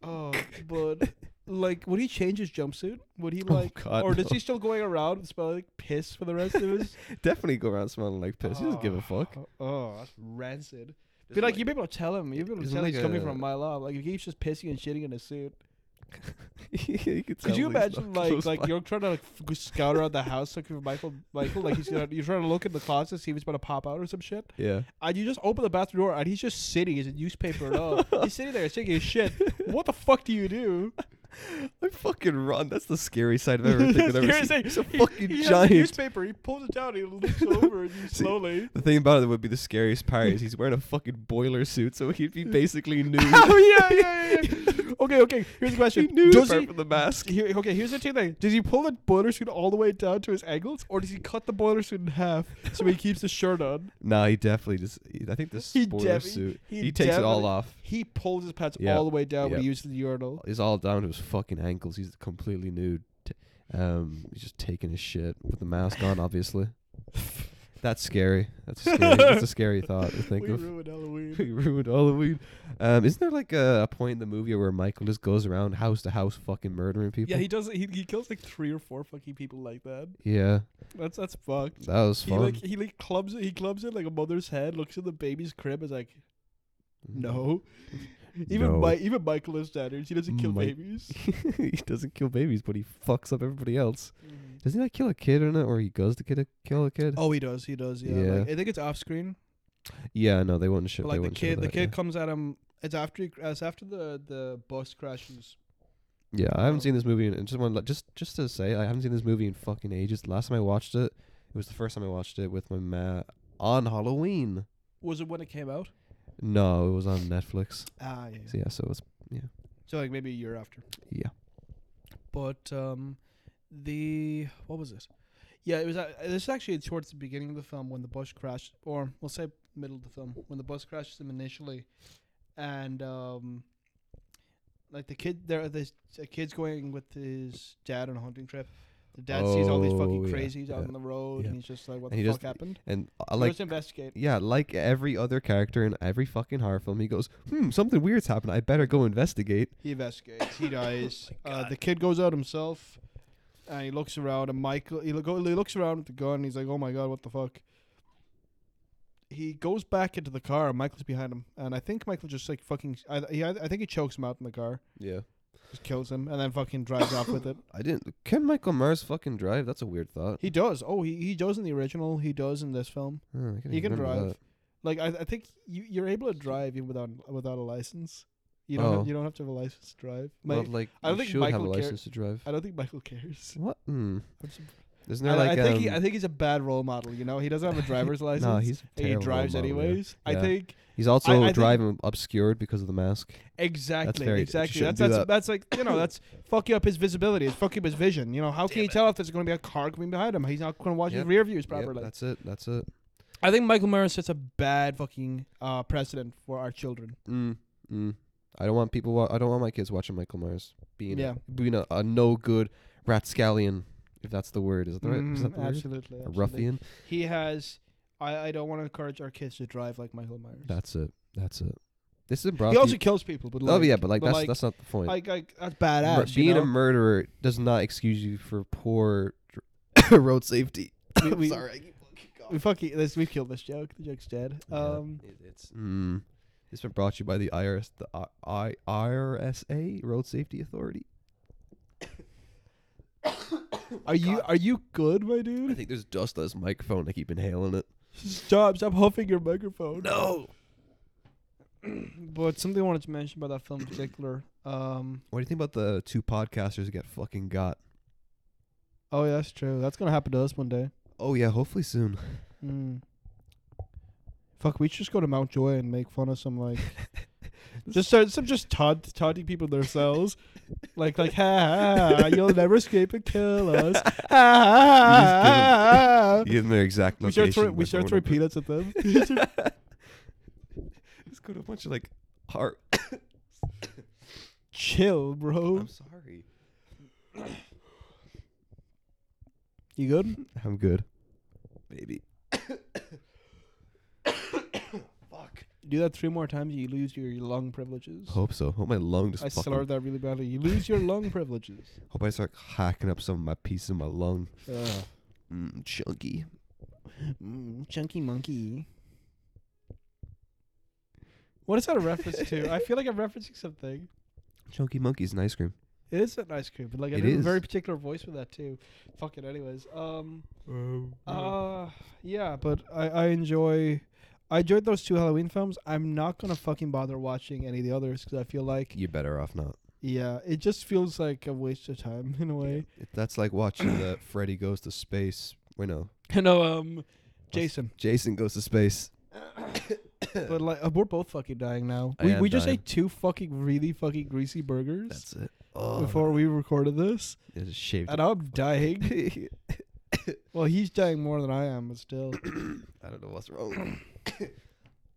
Speaker 3: Oh, but like, would he change his jumpsuit? Would he
Speaker 2: Oh,
Speaker 3: like,
Speaker 2: God,
Speaker 3: or does
Speaker 2: no.
Speaker 3: he still going around smelling like piss for the rest of his?
Speaker 2: Definitely go around smelling like piss. He doesn't give a fuck.
Speaker 3: Oh, Oh, that's rancid. Be like, you be able to tell him. You be able to
Speaker 2: isn't
Speaker 3: tell
Speaker 2: like
Speaker 3: he's coming
Speaker 2: a-
Speaker 3: from my lab. Like, if he's just pissing and shitting in his suit.
Speaker 2: you could
Speaker 3: Could
Speaker 2: tell
Speaker 3: you
Speaker 2: when he's
Speaker 3: imagine
Speaker 2: not
Speaker 3: like
Speaker 2: close
Speaker 3: like
Speaker 2: by.
Speaker 3: you're trying to like f- go scout around the house looking for Michael Michael like he's gonna you're trying to look in the closet see if he's about to pop out or some shit
Speaker 2: yeah.
Speaker 3: and you just open the bathroom door and he's just sitting he's a newspaper and all he's sitting there taking his shit what the fuck do you do
Speaker 2: I fucking run. That's the scary side of everything I've ever
Speaker 3: Seriously,
Speaker 2: seen. It's a
Speaker 3: he-
Speaker 2: fucking
Speaker 3: he has a
Speaker 2: giant.
Speaker 3: newspaper he pulls it down he looks over and you
Speaker 2: See,
Speaker 3: slowly
Speaker 2: The thing about it that would be the scariest part is he's wearing a fucking boiler suit, so he'd be basically nude.
Speaker 3: oh yeah yeah yeah, yeah. okay okay here's the
Speaker 2: he
Speaker 3: question
Speaker 2: knew
Speaker 3: does
Speaker 2: apart
Speaker 3: he
Speaker 2: from the mask.
Speaker 3: here, okay, here's the two thing. Does he pull the boiler suit all the way down to his ankles, or does he cut the boiler suit in half so he keeps the shirt on?
Speaker 2: No, he definitely just. he- I think this
Speaker 3: He
Speaker 2: spoiler
Speaker 3: defi-
Speaker 2: suit. He,
Speaker 3: he
Speaker 2: takes it all
Speaker 3: definitely-
Speaker 2: off.
Speaker 3: He pulls his pants
Speaker 2: Yeah,
Speaker 3: all the way down when
Speaker 2: yeah.
Speaker 3: he uses the urinal.
Speaker 2: He's all down to his fucking ankles. He's completely nude. T- Um, he's just taking his shit with the mask on, obviously. That's scary. That's scary. That's a scary thought to think
Speaker 3: we
Speaker 2: of.
Speaker 3: ruined Halloween.
Speaker 2: we ruined Halloween. Um, isn't there like a, a point in the movie where Michael just goes around house to house fucking murdering people?
Speaker 3: yeah, he does. He, he kills like three or four fucking people like that.
Speaker 2: Yeah,
Speaker 3: That's that's fucked.
Speaker 2: that was
Speaker 3: He
Speaker 2: fun.
Speaker 3: like he like clubs it. He clubs it like a mother's head. Looks in the baby's crib. Is like no. Even
Speaker 2: No.
Speaker 3: my even Michael has standards. He doesn't kill
Speaker 2: Mike-
Speaker 3: babies.
Speaker 2: he doesn't kill babies, but he fucks up everybody else. Doesn't he like kill a kid or not? Or he goes to kid a, kill a kid?
Speaker 3: Oh, he does. He does. Yeah.
Speaker 2: Yeah.
Speaker 3: Like, I think it's off screen.
Speaker 2: Yeah, no, they wouldn't show.
Speaker 3: But
Speaker 2: they
Speaker 3: like the
Speaker 2: wouldn't show
Speaker 3: kid, the
Speaker 2: that,
Speaker 3: kid comes at him. It's after he, it's after the the bus crashes.
Speaker 2: Yeah. yeah, I haven't
Speaker 3: Oh.
Speaker 2: seen this movie. In, and just want just just to say, I haven't seen this movie in fucking ages. The last time I watched it, it was the first time I watched it with my ma on Halloween.
Speaker 3: Was it when it came out?
Speaker 2: No, it was on Netflix.
Speaker 3: Ah, yeah.
Speaker 2: So yeah, so it's
Speaker 3: So like maybe a year after.
Speaker 2: yeah.
Speaker 3: but um, the what was it? Yeah, it was. Uh, this is actually towards the beginning of the film when the bus crashed, or we'll say middle of the film when the bus crashes him initially, and um, like the kid there, this a kid's going with his dad on a hunting trip. The dad sees all these
Speaker 2: Oh,
Speaker 3: fucking
Speaker 2: yeah,
Speaker 3: crazies out
Speaker 2: yeah,
Speaker 3: on the road,
Speaker 2: yeah.
Speaker 3: and he's just like, "What
Speaker 2: And
Speaker 3: the
Speaker 2: he
Speaker 3: fuck
Speaker 2: just-
Speaker 3: happened?"
Speaker 2: And I
Speaker 3: He
Speaker 2: like
Speaker 3: goes to investigate.
Speaker 2: yeah, like every other character in every fucking horror film, he goes, "Hmm, something weird's happened. I better go investigate."
Speaker 3: He investigates.
Speaker 2: Oh
Speaker 3: He dies. uh, the kid goes out himself, and he looks around. And Michael, he, look, he looks around with the gun. He's like, "Oh my god, what the fuck?" He goes back into the car. And Michael's behind him, and I think Michael just like fucking. I, he, I think he chokes him out in the car,
Speaker 2: Yeah,
Speaker 3: just kills him, and then fucking drives off with it.
Speaker 2: I didn't. Can Michael Myers fucking drive? That's a weird thought.
Speaker 3: He does. Oh, he he does in the original. He does in this film.
Speaker 2: Huh, Hmm, I didn't
Speaker 3: He can
Speaker 2: remember
Speaker 3: drive.
Speaker 2: that.
Speaker 3: Like I, I think you you're able to drive even without without a license. You don't
Speaker 2: Oh.
Speaker 3: have, you don't have to have a license to drive. Mi-
Speaker 2: Well, like
Speaker 3: I
Speaker 2: you
Speaker 3: don't think
Speaker 2: should have a
Speaker 3: Michael Car-
Speaker 2: license to drive.
Speaker 3: I don't think Michael cares.
Speaker 2: What? Hmm.
Speaker 3: I'm surprised.
Speaker 2: Isn't there
Speaker 3: I,
Speaker 2: like
Speaker 3: I think he,
Speaker 2: um,
Speaker 3: I think he's a bad role model. You know, he doesn't have a driver's license.
Speaker 2: no, he's
Speaker 3: and he
Speaker 2: terrible
Speaker 3: drives
Speaker 2: model, yeah.
Speaker 3: anyways.
Speaker 2: Yeah.
Speaker 3: I think
Speaker 2: He's also
Speaker 3: I think-
Speaker 2: driving obscured because of the mask.
Speaker 3: exactly,
Speaker 2: very-
Speaker 3: exactly.
Speaker 2: shouldn't
Speaker 3: That's
Speaker 2: do
Speaker 3: that's,
Speaker 2: that.
Speaker 3: that's like you know that's fucking up his visibility. It's fucking up his vision. You know, how can you tell if there's going to be a car coming behind him? He's not going to watch
Speaker 2: Yep.
Speaker 3: his rear views
Speaker 2: Yep,
Speaker 3: properly.
Speaker 2: that's it. That's it.
Speaker 3: I think Michael Myers sets a bad fucking uh, precedent for our children.
Speaker 2: Mm, mm. I don't want people. Wa- I don't want my kids watching Michael Myers being
Speaker 3: Yeah.
Speaker 2: a, being a, a no good ratscallion, if that's the word. Is that the right? is
Speaker 3: Mm,
Speaker 2: that the word?
Speaker 3: absolutely,
Speaker 2: A
Speaker 3: absolutely.
Speaker 2: ruffian.
Speaker 3: He has. I, I don't want to encourage our kids to drive like Michael Myers.
Speaker 2: That's it. That's it. This is brought.
Speaker 3: he
Speaker 2: to
Speaker 3: also
Speaker 2: you-
Speaker 3: kills people, but
Speaker 2: oh
Speaker 3: like,
Speaker 2: yeah, but like
Speaker 3: but
Speaker 2: that's
Speaker 3: like-
Speaker 2: that's not the point.
Speaker 3: like, like, that's
Speaker 2: Mur-
Speaker 3: badass.
Speaker 2: being
Speaker 3: you know?
Speaker 2: a murderer does not excuse you for poor dr- road safety.
Speaker 3: We-
Speaker 2: I'm
Speaker 3: we-
Speaker 2: sorry. I keep fucking
Speaker 3: We
Speaker 2: coughing.
Speaker 3: fucking this. We've killed this joke. The joke's dead.
Speaker 2: Yeah.
Speaker 3: Um,
Speaker 2: It- it's mm, it's been brought to you by the IRS, the I, I, IRSA, Road Safety Authority.
Speaker 3: are you are you good, my dude?
Speaker 2: I think there's dust on this microphone. I keep inhaling it.
Speaker 3: Stop! Stop huffing your microphone.
Speaker 2: No.
Speaker 3: But something I wanted to mention about that film in particular. Um,
Speaker 2: What do you think about the two podcasters who get fucking got?
Speaker 3: oh yeah, that's true. That's gonna happen to us one day.
Speaker 2: Oh yeah, hopefully soon.
Speaker 3: Mm. Fuck, we should just go to Mountjoy and make fun of some like, just start some just taunt, taunting people themselves, like like ha, ha, ha you'll never escape and kill us. Ha, ha, ha, ha, ha.
Speaker 2: Give them their exact
Speaker 3: Uh, We
Speaker 2: location.
Speaker 3: start throwing we
Speaker 2: my
Speaker 3: start
Speaker 2: phone
Speaker 3: throwing
Speaker 2: number.
Speaker 3: peanuts at them.
Speaker 2: Just go to a bunch of like heart.
Speaker 3: Chill, bro.
Speaker 2: I'm sorry.
Speaker 3: You good?
Speaker 2: I'm good. Baby.
Speaker 3: Do that three more times, you lose your lung privileges.
Speaker 2: Hope so. Hope my lung just
Speaker 3: I
Speaker 2: fucking.
Speaker 3: slurred that really badly. You lose your lung privileges.
Speaker 2: Hope I start hacking up some of my pieces of my lung.
Speaker 3: Uh,
Speaker 2: Mm, chunky.
Speaker 3: mm, chunky monkey. What is that a reference to? I feel like I'm referencing something.
Speaker 2: Chunky monkeys and ice cream.
Speaker 3: It is an ice cream, but like I
Speaker 2: It
Speaker 3: did a
Speaker 2: is.
Speaker 3: very particular voice for that too. Fuck it, anyways. Um.
Speaker 2: Oh.
Speaker 3: Uh. Yeah, but I I enjoy. I enjoyed those two Halloween films. I'm not gonna fucking bother watching any of the others because I feel like
Speaker 2: You're better off not.
Speaker 3: yeah, it just feels like a waste of time in a way.
Speaker 2: It- That's like watching the Freddy goes to space. Wait, no.
Speaker 3: no, um, Jason.
Speaker 2: Jason goes to space.
Speaker 3: But like uh, we're both fucking dying now.
Speaker 2: I
Speaker 3: We
Speaker 2: am
Speaker 3: we just
Speaker 2: dying.
Speaker 3: ate two fucking really fucking greasy burgers
Speaker 2: That's it. Oh,
Speaker 3: before we recorded this,
Speaker 2: it just shaved.
Speaker 3: and I'm dying. well, he's dying more than I am, but still.
Speaker 2: I don't know what's wrong.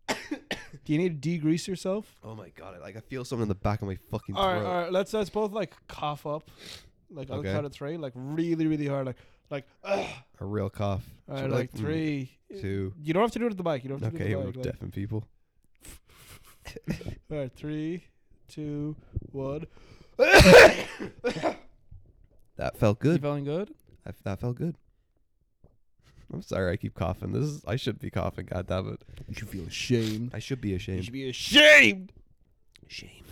Speaker 3: Do you need to degrease yourself?
Speaker 2: Oh my god! I, like I feel something in the back of my fucking
Speaker 3: All right,
Speaker 2: throat.
Speaker 3: all right. Let's let's both like cough up, like on the
Speaker 2: Okay.
Speaker 3: count of three, like really, really hard, like like. Ugh.
Speaker 2: A real cough.
Speaker 3: All
Speaker 2: So
Speaker 3: right,
Speaker 2: we're
Speaker 3: like
Speaker 2: mm,
Speaker 3: three.
Speaker 2: two.
Speaker 3: You don't have to do it at the mic. You don't have to
Speaker 2: Okay,
Speaker 3: do it
Speaker 2: we're
Speaker 3: at the mic. Like,
Speaker 2: deafened people.
Speaker 3: all right, three, two, one.
Speaker 2: That felt
Speaker 1: You
Speaker 2: good.
Speaker 1: feeling good?
Speaker 2: I, that felt good. I'm sorry, I keep coughing. This is I should be coughing. God damn it!
Speaker 3: You should feel ashamed.
Speaker 2: I should be
Speaker 1: You
Speaker 2: ashamed.
Speaker 1: should be ashamed.
Speaker 2: Shame.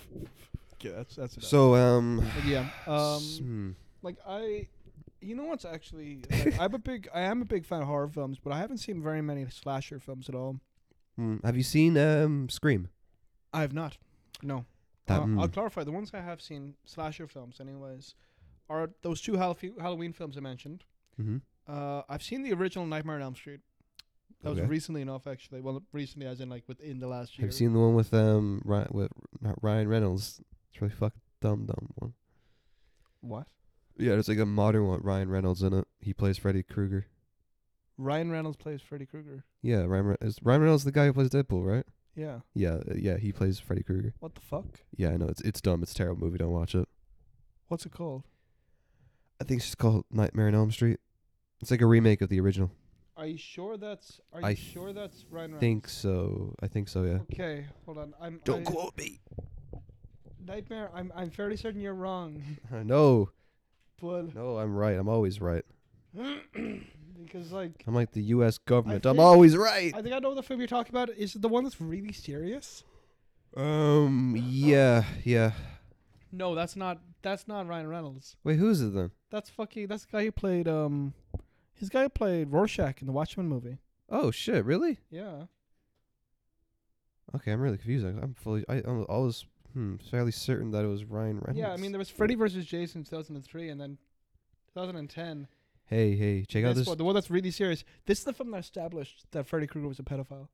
Speaker 3: Okay, that's that's enough.
Speaker 2: So um,
Speaker 3: But yeah.
Speaker 2: s-
Speaker 3: Um,
Speaker 2: hmm,
Speaker 3: like I, you know what's actually? Like, I'm a big, I am a big fan of horror films, but I haven't seen very many slasher films at all.
Speaker 2: hmm. have you seen um Scream?
Speaker 3: I have not. No.
Speaker 2: That-
Speaker 3: Uh, I'll
Speaker 2: mm.
Speaker 3: clarify. The ones I have seen, slasher films, anyways, are those two Hallow- Halloween films I mentioned.
Speaker 2: Mm-hmm.
Speaker 3: Uh, I've seen the original Nightmare on Elm Street. That
Speaker 2: Okay.
Speaker 3: was recently enough, actually. Well, recently, as in like within the last year.
Speaker 2: Have you seen the one with um Ryan with not Ryan Reynolds? It's really fucking dumb, dumb one.
Speaker 3: what?
Speaker 2: Yeah, it's like a modern one. Ryan Reynolds in it. He plays Freddy Krueger.
Speaker 3: Ryan Reynolds plays Freddy Krueger.
Speaker 2: Yeah, Ryan Re- is Ryan Reynolds the guy who plays Deadpool, right?
Speaker 3: Yeah.
Speaker 2: Yeah, uh, yeah, he plays Freddy Krueger.
Speaker 3: What the fuck?
Speaker 2: Yeah, I know it's it's dumb. It's a terrible movie. Don't watch it.
Speaker 3: What's it called?
Speaker 2: I think it's just called Nightmare on Elm Street. It's like a remake of the original.
Speaker 3: Are you sure that's? Are you
Speaker 2: I
Speaker 3: sure that's Ryan Reynolds?
Speaker 2: Think so. I think so. Yeah.
Speaker 3: Okay, hold on. I'm I-
Speaker 2: me.
Speaker 3: Nightmare. I'm I'm fairly certain you're wrong,
Speaker 2: no,
Speaker 3: but
Speaker 2: no, I'm right. I'm always right.
Speaker 3: because like
Speaker 2: I'm like the U.S. government. I'm
Speaker 3: think-
Speaker 2: always right.
Speaker 3: I think I know the film you're talking about. Is it the one that's really serious?
Speaker 2: Um. Yeah. Yeah.
Speaker 3: No, that's not. That's not Ryan Reynolds.
Speaker 2: Wait, who is it then?
Speaker 3: That's fucking. That's the guy who played um, his guy who played Rorschach in the Watchmen movie.
Speaker 2: Oh shit! Really?
Speaker 3: Yeah.
Speaker 2: Okay, I'm really confused. I, I'm fully. I, I'm always hmm, fairly certain that it was Ryan Reynolds.
Speaker 3: Yeah, I mean there was Freddy versus Jason in 2003, and then 2010.
Speaker 2: Hey, hey, check out
Speaker 3: this
Speaker 2: this.
Speaker 3: one, the one that's really serious. This is the film that established that Freddy Krueger was a pedophile.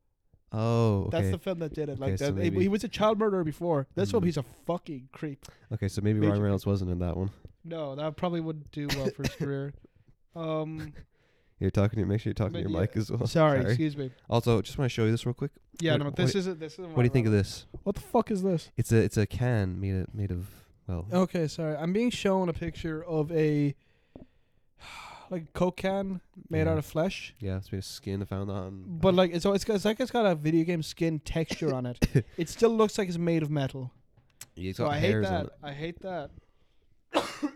Speaker 2: Oh, okay.
Speaker 3: That's the film that did it. Like
Speaker 2: Okay, so
Speaker 3: that, he-
Speaker 2: maybe-
Speaker 3: he was a child murderer before. This film,
Speaker 2: Hmm.
Speaker 3: he's a fucking creep.
Speaker 2: okay, so maybe
Speaker 3: major-
Speaker 2: Ryan Reynolds wasn't in that one.
Speaker 3: No, that probably wouldn't do well for his career. Um,
Speaker 2: You're talking to. Make sure you're talking to
Speaker 3: Maybe,
Speaker 2: your mic
Speaker 3: uh,
Speaker 2: as well.
Speaker 3: sorry, excuse me.
Speaker 2: Also, just want to show you this real quick.
Speaker 3: Yeah,
Speaker 2: What-
Speaker 3: no,
Speaker 2: what
Speaker 3: this
Speaker 2: do-
Speaker 3: isn't. This isn't.
Speaker 2: What do you think of this?
Speaker 3: What the fuck is this?
Speaker 2: It's a it's a can made of, made of well.
Speaker 3: Okay, sorry. I'm being shown a picture of a like coke can made
Speaker 2: Yeah. Mm.
Speaker 3: out of flesh,
Speaker 2: Yeah, it's made of skin. I found that. On,
Speaker 3: but like it's it's, it's like it's got a video game skin texture on it. It still looks like it's made of metal.
Speaker 2: yeah, it's
Speaker 3: So
Speaker 2: got
Speaker 3: Oh, I hate
Speaker 2: hairs on
Speaker 3: that.
Speaker 2: it.
Speaker 3: I hate that.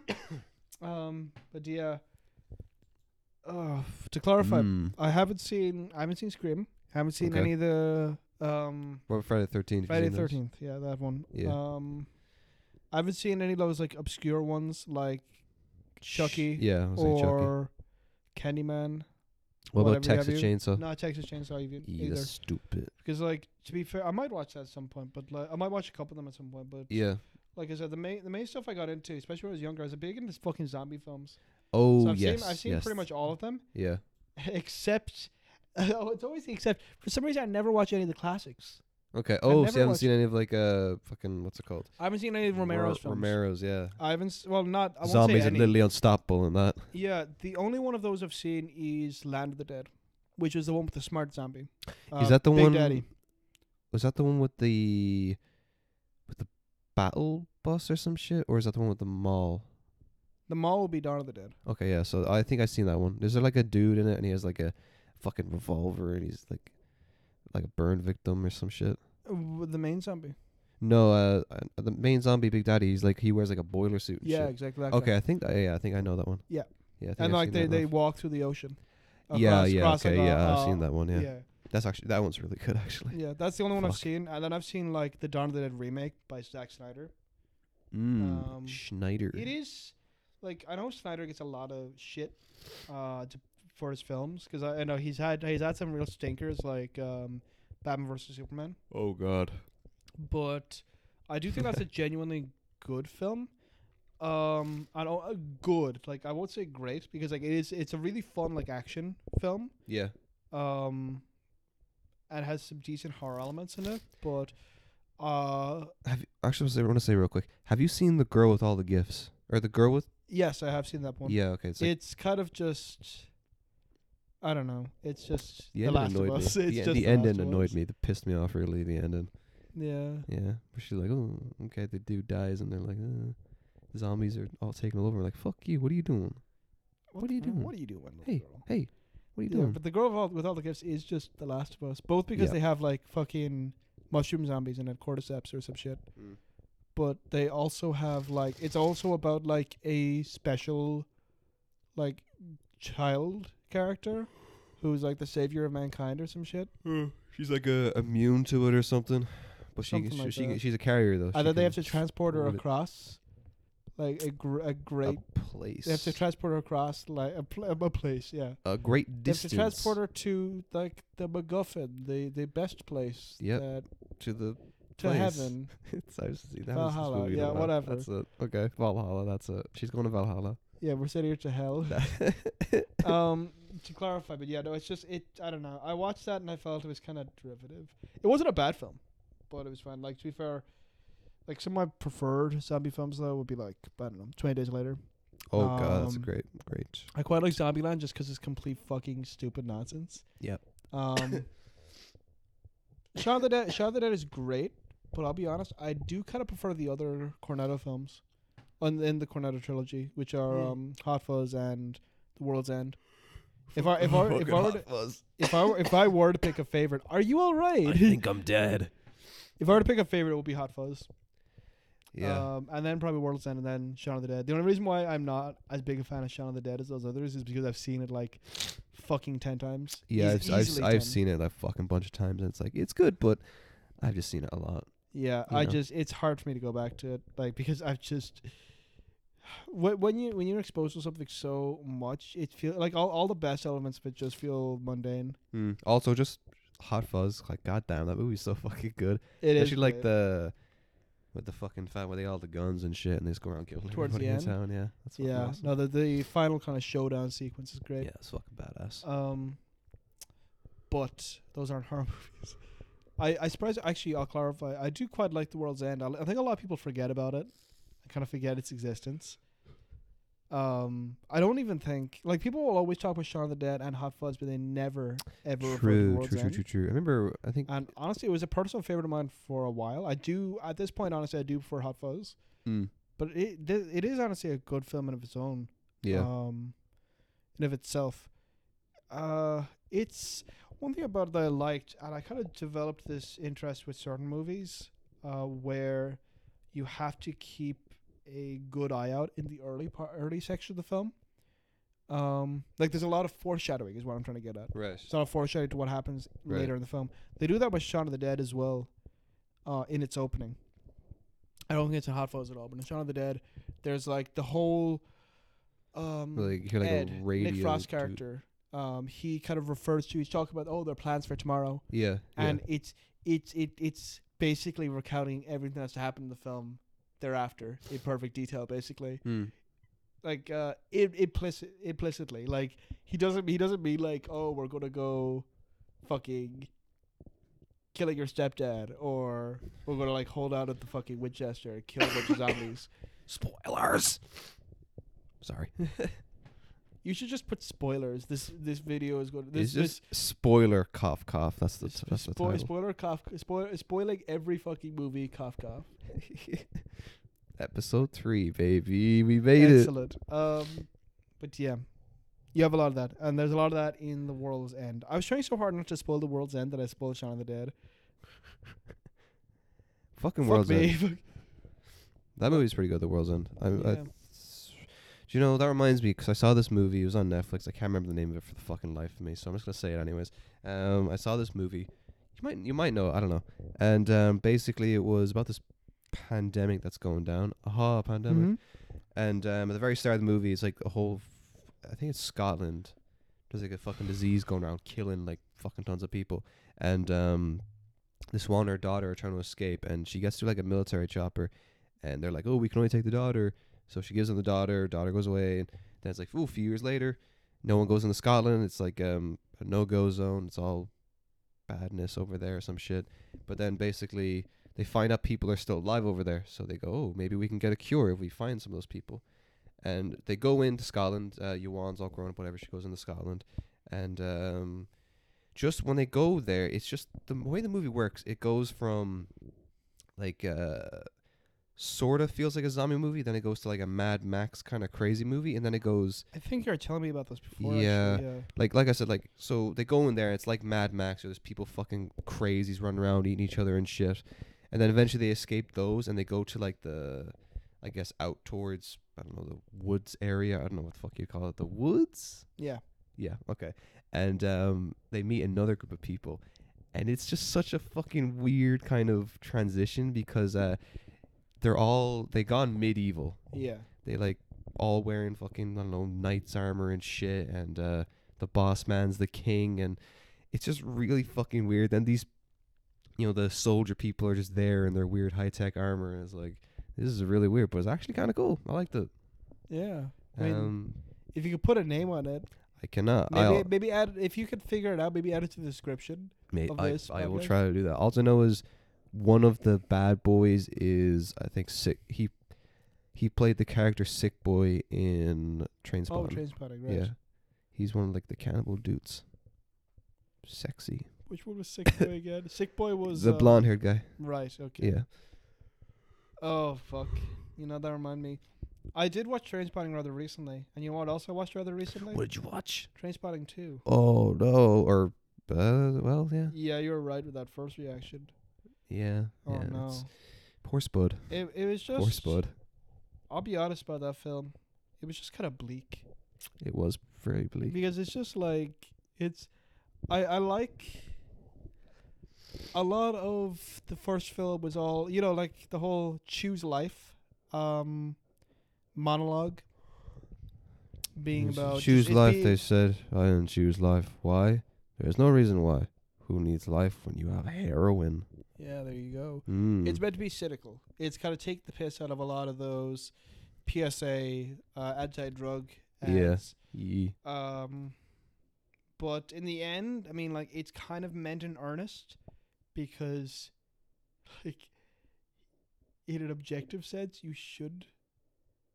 Speaker 3: um, but yeah. Uh, to clarify,
Speaker 2: Mm.
Speaker 3: I haven't seen I haven't seen Scream. haven't seen
Speaker 2: Okay.
Speaker 3: any of the um
Speaker 2: What about Friday the Thirteenth?
Speaker 3: Friday Thirteenth. Yeah, that one.
Speaker 2: Yeah.
Speaker 3: Um, I haven't seen any of those like obscure ones like Chucky
Speaker 2: Yeah, I was like Chucky.
Speaker 3: or Candyman.
Speaker 2: What about
Speaker 3: whatever have
Speaker 2: Texas
Speaker 3: you.
Speaker 2: Chainsaw?
Speaker 3: Not Texas Chainsaw even
Speaker 2: yeah,
Speaker 3: either.
Speaker 2: that's stupid.
Speaker 3: Because like to be fair, I might watch that at some point. But like I might watch a couple of them at some point. But
Speaker 2: Yeah.
Speaker 3: like I said, the main the main stuff I got into, especially when I was younger, I was big into fucking zombie films.
Speaker 2: Oh
Speaker 3: so I've
Speaker 2: yes.
Speaker 3: seen I've seen
Speaker 2: yes.
Speaker 3: pretty much all of them
Speaker 2: Yeah.
Speaker 3: except. Oh, it's always the except. For some reason, I never watch any of the classics.
Speaker 2: Okay. Oh,
Speaker 3: never
Speaker 2: see, I haven't
Speaker 3: watched-
Speaker 2: seen any of like uh fucking what's it called?
Speaker 3: I haven't seen any of Romero's
Speaker 2: Ro-
Speaker 3: films.
Speaker 2: Romero's, yeah.
Speaker 3: I haven't. s- Well, not. I won't
Speaker 2: Zombies
Speaker 3: say
Speaker 2: are
Speaker 3: any.
Speaker 2: literally unstoppable in that.
Speaker 3: Yeah, the only one of those I've seen is Land of the Dead, which is the one with the smart zombie. Uh,
Speaker 2: that the
Speaker 3: Big
Speaker 2: one-
Speaker 3: Daddy.
Speaker 2: Was that the one with the with the battle bus or some shit, or is that the one with the mall?
Speaker 3: The mall will be Dawn of the Dead.
Speaker 2: Okay, yeah. So I think I've seen that one. Is there like a dude in it, and he has like a fucking revolver, and he's like like a burn victim or some shit?
Speaker 3: Uh, w- the main zombie.
Speaker 2: No, uh, uh, the main zombie, Big Daddy. He's like he wears like a boiler suit. And
Speaker 3: yeah,
Speaker 2: Shit.
Speaker 3: exactly. That guy.
Speaker 2: Okay, I think I, yeah, I think I know that one.
Speaker 3: Yeah.
Speaker 2: Yeah. I think
Speaker 3: And
Speaker 2: I've
Speaker 3: like
Speaker 2: seen
Speaker 3: they
Speaker 2: that
Speaker 3: they
Speaker 2: one.
Speaker 3: walk through the ocean.
Speaker 2: yeah,
Speaker 3: Across-
Speaker 2: yeah,
Speaker 3: across, like,
Speaker 2: okay,
Speaker 3: a-
Speaker 2: yeah. I've
Speaker 3: uh,
Speaker 2: seen that one. Yeah.
Speaker 3: yeah.
Speaker 2: That's actually that one's really good actually.
Speaker 3: Yeah, that's the only one I've
Speaker 2: Fuck.
Speaker 3: seen. And then I've seen like the Dawn of the Dead remake by Zack Snyder.
Speaker 2: Mm,
Speaker 3: Um,
Speaker 2: Schneider.
Speaker 3: It is like I know Snyder gets a lot of shit uh, to, for his films because I, I know he's had he's had some real stinkers like um, Batman versus Superman.
Speaker 2: Oh God.
Speaker 3: but I do think that's a genuinely good film. Um, I don't uh, good like I won't say great because like it is it's a really fun like action film.
Speaker 2: Yeah.
Speaker 3: Um, and has some decent horror elements in it, but uh,
Speaker 2: Have you, actually I want to say real quick. Have you seen the girl with all the gifts or the girl with?
Speaker 3: yes, I have seen that one.
Speaker 2: Yeah. Okay. It's like,
Speaker 3: it's kind of just. I don't know. It's just
Speaker 2: the
Speaker 3: the
Speaker 2: end
Speaker 3: last
Speaker 2: annoyed
Speaker 3: of
Speaker 2: me.
Speaker 3: us.
Speaker 2: The,
Speaker 3: It's
Speaker 2: en-
Speaker 3: just
Speaker 2: the
Speaker 3: the
Speaker 2: end
Speaker 3: last
Speaker 2: end
Speaker 3: of
Speaker 2: annoyed
Speaker 3: us.
Speaker 2: me. That pissed me off really. The end end.
Speaker 3: Yeah.
Speaker 2: Yeah. Where she's like, oh, okay, the dude dies, and they're like, uh, zombies are all taking over. like, fuck you. What are you doing? What are you
Speaker 3: the-
Speaker 2: doing?
Speaker 3: What are you doing, little
Speaker 2: Hey,
Speaker 3: girl?
Speaker 2: hey, what are you
Speaker 3: Yeah,
Speaker 2: doing?
Speaker 3: but the girl with all, with all the gifts is just The Last of Us, both because
Speaker 2: Yeah.
Speaker 3: they have like fucking mushroom zombies and then cordyceps or some shit. But they also have like it's also about like a special, like child character, who's like the savior of mankind or some shit.
Speaker 2: she's like uh, immune to it or something, but she
Speaker 3: Something
Speaker 2: she,
Speaker 3: like
Speaker 2: she
Speaker 3: that.
Speaker 2: she's a carrier though.
Speaker 3: And
Speaker 2: She
Speaker 3: then they have
Speaker 2: can
Speaker 3: to transport her
Speaker 2: move it
Speaker 3: across, like a gr- a great.
Speaker 2: a place.
Speaker 3: they have to transport her across like a, pl- a place, yeah.
Speaker 2: a great
Speaker 3: They have to
Speaker 2: distance
Speaker 3: transport her to like the MacGuffin, the the best place
Speaker 2: Yep.
Speaker 3: that
Speaker 2: to the.
Speaker 3: to
Speaker 2: place.
Speaker 3: heaven.
Speaker 2: It's, I've seen that was this
Speaker 3: Valhalla,
Speaker 2: movie in a
Speaker 3: yeah,
Speaker 2: while.
Speaker 3: whatever.
Speaker 2: That's it. Okay, Valhalla. That's it. She's going to Valhalla.
Speaker 3: Yeah, we're sending her to hell. um, to clarify, but yeah, no, it's just it. I don't know. I watched that and I felt it was kind of derivative. It wasn't a bad film, but it was fine. Like to be fair, like some of my preferred zombie films though would be like I don't know, Twenty Days Later.
Speaker 2: Oh god, that's a
Speaker 3: Um,
Speaker 2: great, great.
Speaker 3: I quite like Zombieland just 'cause it's complete fucking stupid nonsense.
Speaker 2: Yep.
Speaker 3: Um, Shaun of the Dead. Shaun of the Dead is great, but I'll be honest, I do kind of prefer the other Cornetto films, on in the Cornetto trilogy, which are
Speaker 2: Mm.
Speaker 3: um, Hot Fuzz and The World's End. If I if
Speaker 2: Oh
Speaker 3: I if I were to,
Speaker 2: was,
Speaker 3: if I were, if I were to pick a favorite, are you all right?
Speaker 4: I'm dead.
Speaker 3: if I were to pick a favorite, it would be Hot Fuzz.
Speaker 2: yeah.
Speaker 3: Um, and then probably World's End, and then Shaun of the Dead. The only reason why I'm not as big a fan of Shaun of the Dead as those others is because I've seen it like fucking ten times.
Speaker 2: Yeah,
Speaker 3: Eas-
Speaker 2: I've, I've,
Speaker 3: easily
Speaker 2: I've
Speaker 3: 10.
Speaker 2: seen it a fucking bunch of times, and it's like it's good, but I've just seen it a lot.
Speaker 3: Yeah,
Speaker 2: you
Speaker 3: I
Speaker 2: know.
Speaker 3: just it's hard for me to go back to it, like because I've just when when you when you're exposed to something so much, it feel like all, all the best elements of it just feel mundane.
Speaker 2: Also, just Hot Fuzz, like goddamn, that movie's so fucking good.
Speaker 3: It is
Speaker 2: Especially like
Speaker 3: great.
Speaker 2: the with the fucking fan where they all the guns and shit, and they just go around killing
Speaker 3: Towards
Speaker 2: everybody
Speaker 3: the
Speaker 2: in
Speaker 3: end?
Speaker 2: town. Yeah, that's fucking
Speaker 3: yeah,
Speaker 2: awesome.
Speaker 3: no, the the final kind of showdown sequence is great.
Speaker 2: yeah, it's fucking badass.
Speaker 3: Um, but those aren't horror movies. I I surprise actually I'll clarify. I do quite like The World's End. I, I think a lot of people forget about it. I kind of forget its existence. Um, I don't even think like people will always talk about Shaun of the Dead and Hot Fuzz, but they never ever refer to The
Speaker 2: true,
Speaker 3: World's
Speaker 2: true, true,
Speaker 3: End. Uh,
Speaker 2: true, true. I remember, I think,
Speaker 3: And honestly, it was a personal favorite of mine for a while. I do at this point, honestly, I do prefer Hot Fuzz,
Speaker 2: mm,
Speaker 3: but it th- it is honestly a good film of its own
Speaker 2: yeah,
Speaker 3: um, in of itself. Uh, it's one thing about it that I liked, and I kind of developed this interest with certain movies, uh, where you have to keep a good eye out in the early part, early section of the film. Um, like there's a lot of foreshadowing, is what I'm trying to get at.
Speaker 2: right.
Speaker 3: It's not a foreshadowing to what happens
Speaker 2: Right.
Speaker 3: later in the film. They do that with Shaun of the Dead as well, uh, in its opening. I don't think it's in Hot Fuzz at all, but in Shaun of the Dead, there's like the whole. Um,
Speaker 2: Like you hear like
Speaker 3: Ed,
Speaker 2: a radio.
Speaker 3: Nick Frost
Speaker 2: dude-
Speaker 3: character, um, he kind of refers to he's talking about oh their plans for tomorrow,
Speaker 2: Yeah,
Speaker 3: and it's it's it it's basically recounting everything that's happened in the film thereafter in perfect detail, basically.
Speaker 2: yeah. Mm.
Speaker 3: Like uh, it, implicit implicitly, like he doesn't he doesn't mean like oh we're gonna go, fucking. Killing your stepdad, or we're gonna like hold out at the fucking Winchester and kill a bunch of zombies.
Speaker 2: Spoilers. Sorry.
Speaker 3: You should just put spoilers. This this video is going. This,
Speaker 2: It's
Speaker 3: this
Speaker 2: just spoiler cough cough. That's the t-
Speaker 3: Sp-
Speaker 2: that's the
Speaker 3: spoil-
Speaker 2: title.
Speaker 3: spoiler cough spoil, spoiling every fucking movie cough cough
Speaker 2: Episode three, baby. We made it.
Speaker 3: Excellent. Um, but yeah, you have a lot of that, and there's a lot of that in the world's end. I was trying so hard not to spoil the world's end that I spoiled Shaun of the Dead.
Speaker 2: Fucking
Speaker 3: Fuck
Speaker 2: World's
Speaker 3: me.
Speaker 2: End. That movie's pretty good. The World's End. I, I,
Speaker 3: Yeah.
Speaker 2: do you know that reminds me because I saw this movie. It was on Netflix. I can't remember the name of it for the fucking life of me. So I'm just gonna say it anyways. Um, I saw this movie. You might you might know. it, I don't know. And um, basically it was about this pandemic that's going down. Aha,
Speaker 3: Mhm.
Speaker 2: pandemic. And um, at the very start of the movie, it's like a whole, f- I think it's Scotland. There's like a fucking disease going around, killing like fucking tons of people. And um, this one, and her daughter, are trying to escape, and she gets to like a military chopper, and they're like, "Oh, we can only take the daughter." So she gives them the daughter. Daughter goes away, and then it's like, "Ooh, a few years later, no one goes into Scotland. It's like um, a no-go zone. It's all badness over there, or some shit." But then basically, they find out people are still alive over there. So they go, oh, maybe we can get a cure if we find some of those people. And they go into Scotland. Uh, Yuan's all grown up, whatever. She goes into Scotland. And um, just when they go there, it's just the m- way the movie works. It goes from like uh, sort of feels like a zombie movie, then it goes to like a Mad Max kind of crazy movie, and then it goes
Speaker 3: I think you were telling me about this before.
Speaker 2: Yeah.
Speaker 3: Actually. yeah.
Speaker 2: like like I said, like so they go in there. It's like Mad Max. Or there's people fucking crazies running around eating each other and shit. And then eventually they escape those and they go to like the, I guess out towards I don't know the woods area. I don't know what the fuck you call it. The woods.
Speaker 3: Yeah.
Speaker 2: Yeah. Okay. And um, they meet another group of people, and it's just such a fucking weird kind of transition because uh, they're all they gone medieval
Speaker 3: Yeah.
Speaker 2: they like all wearing fucking I don't know knights armor and shit, and uh, the boss man's the king, and it's just really fucking weird. Then these, you know, the soldier people are just there in their weird high tech armor, and it's like this is really weird, but it's actually kind of cool. I liked it.
Speaker 3: Yeah. I mean,
Speaker 2: Um,
Speaker 3: if you could put a name on it,
Speaker 2: I cannot.
Speaker 3: maybe
Speaker 2: I'll,
Speaker 3: maybe add if you could figure it out, maybe add it to the description.
Speaker 2: mate,
Speaker 3: of
Speaker 2: I,
Speaker 3: this
Speaker 2: I will
Speaker 3: podcast.
Speaker 2: try to do that. All I know is one of the bad boys is I think sick. He he played the character Sick Boy in Trainspotting.
Speaker 3: Oh, train spotting, right?
Speaker 2: Yeah. He's one of like the cannibal dudes. Sexy.
Speaker 3: Which one was Sick Boy again? Sick Boy was
Speaker 2: the
Speaker 3: uh,
Speaker 2: blonde haired guy.
Speaker 3: Right. Okay.
Speaker 2: Yeah.
Speaker 3: Oh fuck! You know that remind me. I did watch Trainspotting rather recently, and you know what else I watched rather recently?
Speaker 2: What did you watch?
Speaker 3: Trainspotting two.
Speaker 2: Oh no. Or uh, well, yeah.
Speaker 3: Yeah, you were right with that first reaction.
Speaker 2: Yeah.
Speaker 3: Oh
Speaker 2: yeah.
Speaker 3: no,
Speaker 2: it's- Poor Spud.
Speaker 3: it it was just.
Speaker 2: Poor Spud.
Speaker 3: I'll be honest about that film. It was just kind of bleak
Speaker 2: It was very bleak.
Speaker 3: because it's just like it's. I I like. A lot of the first film was all you know, like the whole choose life, um, monologue. Being about
Speaker 2: choose
Speaker 3: it
Speaker 2: life,
Speaker 3: being-
Speaker 2: they said. I didn't choose life. Why? There's no reason why. Who needs life when you have heroin?
Speaker 3: Yeah, there you go.
Speaker 2: Mm.
Speaker 3: It's meant to be cynical. It's kind of take the piss out of a lot of those PSA uh, anti-drug
Speaker 2: Yeah.
Speaker 3: ads.
Speaker 2: Ye-
Speaker 3: Um, but in the end, I mean, like it's kind of meant in earnest because, like, in an objective sense, you should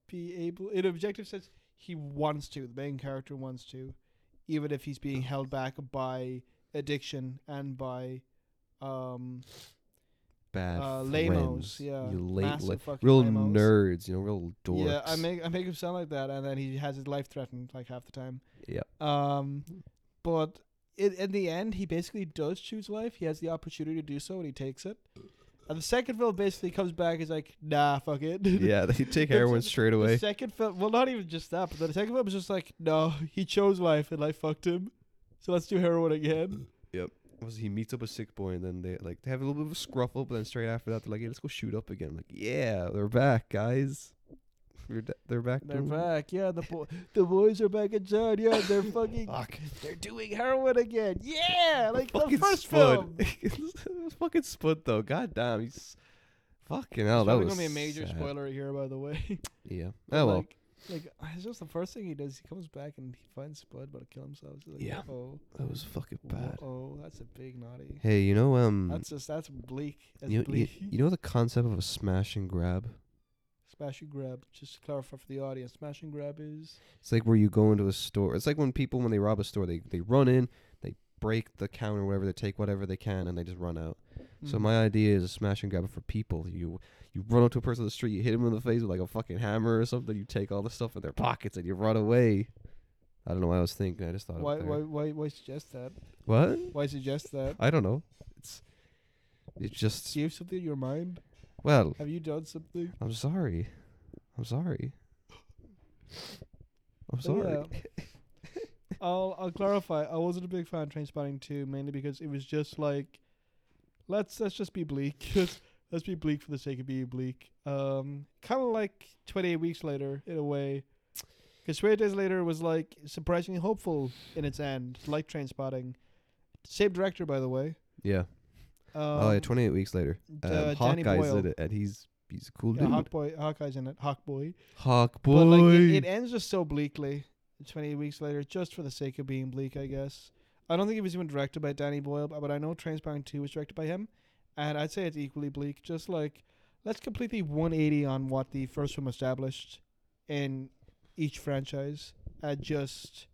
Speaker 3: be able. In an objective sense, he wants to. The main character wants to, even if he's being held back by addiction and by, um,
Speaker 2: Bad
Speaker 3: uh,
Speaker 2: friends.
Speaker 3: lamos, yeah,
Speaker 2: You late,
Speaker 3: massive
Speaker 2: like,
Speaker 3: fucking
Speaker 2: real
Speaker 3: lamos.
Speaker 2: nerds. You know, real dorks.
Speaker 3: Yeah, I make I make him sound like that, and then he has his life threatened like half the time.
Speaker 2: Yep.
Speaker 3: Um, but in, in the end, he basically does choose life. He has the opportunity to do so, and he takes it. And the second film basically comes back is like, nah, fuck it.
Speaker 2: yeah, they take
Speaker 3: It's-
Speaker 2: heroin straight away.
Speaker 3: The second film, well, not even just that, but the second film was just like, no, he chose life, and life fucked him. So let's do heroin again.
Speaker 2: was he meets up a sick boy and then they like they have a little bit of a scruffle, but then straight after that they're like, "Hey, let's go shoot up again." I'm like, yeah, they're back, guys. They're, da- they're back.
Speaker 3: They're
Speaker 2: doing it."
Speaker 3: back, yeah. The bo- the boys are back in town, yeah. They're fucking,
Speaker 2: Fuck.
Speaker 3: they're doing heroin again, yeah. Like the
Speaker 2: Fucking
Speaker 3: first film.
Speaker 2: Spud. it was fucking Spud though. God damn, he's fucking hell.
Speaker 3: It's
Speaker 2: Oh, That
Speaker 3: probably
Speaker 2: was
Speaker 3: gonna be a major
Speaker 2: sad.
Speaker 3: spoiler here, by the way.
Speaker 2: Yeah.
Speaker 3: But
Speaker 2: Oh well.
Speaker 3: Like, like it's just the first thing he does. He comes back and he finds Spud, but kill himself. He's like,
Speaker 2: Yeah.
Speaker 3: Oh,
Speaker 2: That was fucking bad.
Speaker 3: Oh, that's a big naughty.
Speaker 2: Hey, you know um,
Speaker 3: That's just that's bleak. That's
Speaker 2: you, you,
Speaker 3: bleak.
Speaker 2: you know the concept of a smash and grab.
Speaker 3: Smash and grab. Just to clarify for the audience, smash and grab is
Speaker 2: It's like where you go into a store. It's like when people when they rob a store, they they run in, they break the counter, whatever, they take whatever they can, and they just run out. So
Speaker 3: Mm-hmm. hmm.
Speaker 2: my idea is a smash and grab it for people. You you run up to a person on the street, you hit him in the face with like a fucking hammer or something. You take all the stuff in their pockets and you run away. I don't know what I was thinking. I just thought. of it
Speaker 3: Why,
Speaker 2: there.
Speaker 3: why, why, why suggest that?
Speaker 2: What?
Speaker 3: Why suggest that?
Speaker 2: I don't know. It's it's just
Speaker 3: Do you have something in your mind?
Speaker 2: well.
Speaker 3: Have you done something?
Speaker 2: I'm sorry. I'm sorry. I'm
Speaker 3: So,
Speaker 2: sorry.
Speaker 3: yeah. I'll I'll clarify. I wasn't a big fan of Trainspotting 2 mainly because it was just like, let's let's just be bleak. Let's, let's be bleak for the sake of being bleak. Um, kind of like 28 weeks later in a way. Because 28 days later was like surprisingly hopeful in its end, like Trainspotting. Same director, by the way.
Speaker 2: Yeah.
Speaker 3: Um,
Speaker 2: oh yeah. Twenty eight weeks later,
Speaker 3: d-
Speaker 2: um,
Speaker 3: uh, Danny
Speaker 2: Hawkeye's
Speaker 3: Boyle.
Speaker 2: in it, and he's he's a cool
Speaker 3: Yeah,
Speaker 2: dude.
Speaker 3: Hawkboy, Hawkeye's in it. Hawkboy.
Speaker 2: Hawk boy.
Speaker 3: But like it, it ends just so bleakly. Twenty weeks later, just for the sake of being bleak, I guess. I don't think it was even directed by Danny Boyle, but but I know Transparent Two was directed by him, and I'd say it's equally bleak. Just like let's completely 180 on what the first film established in each franchise, and just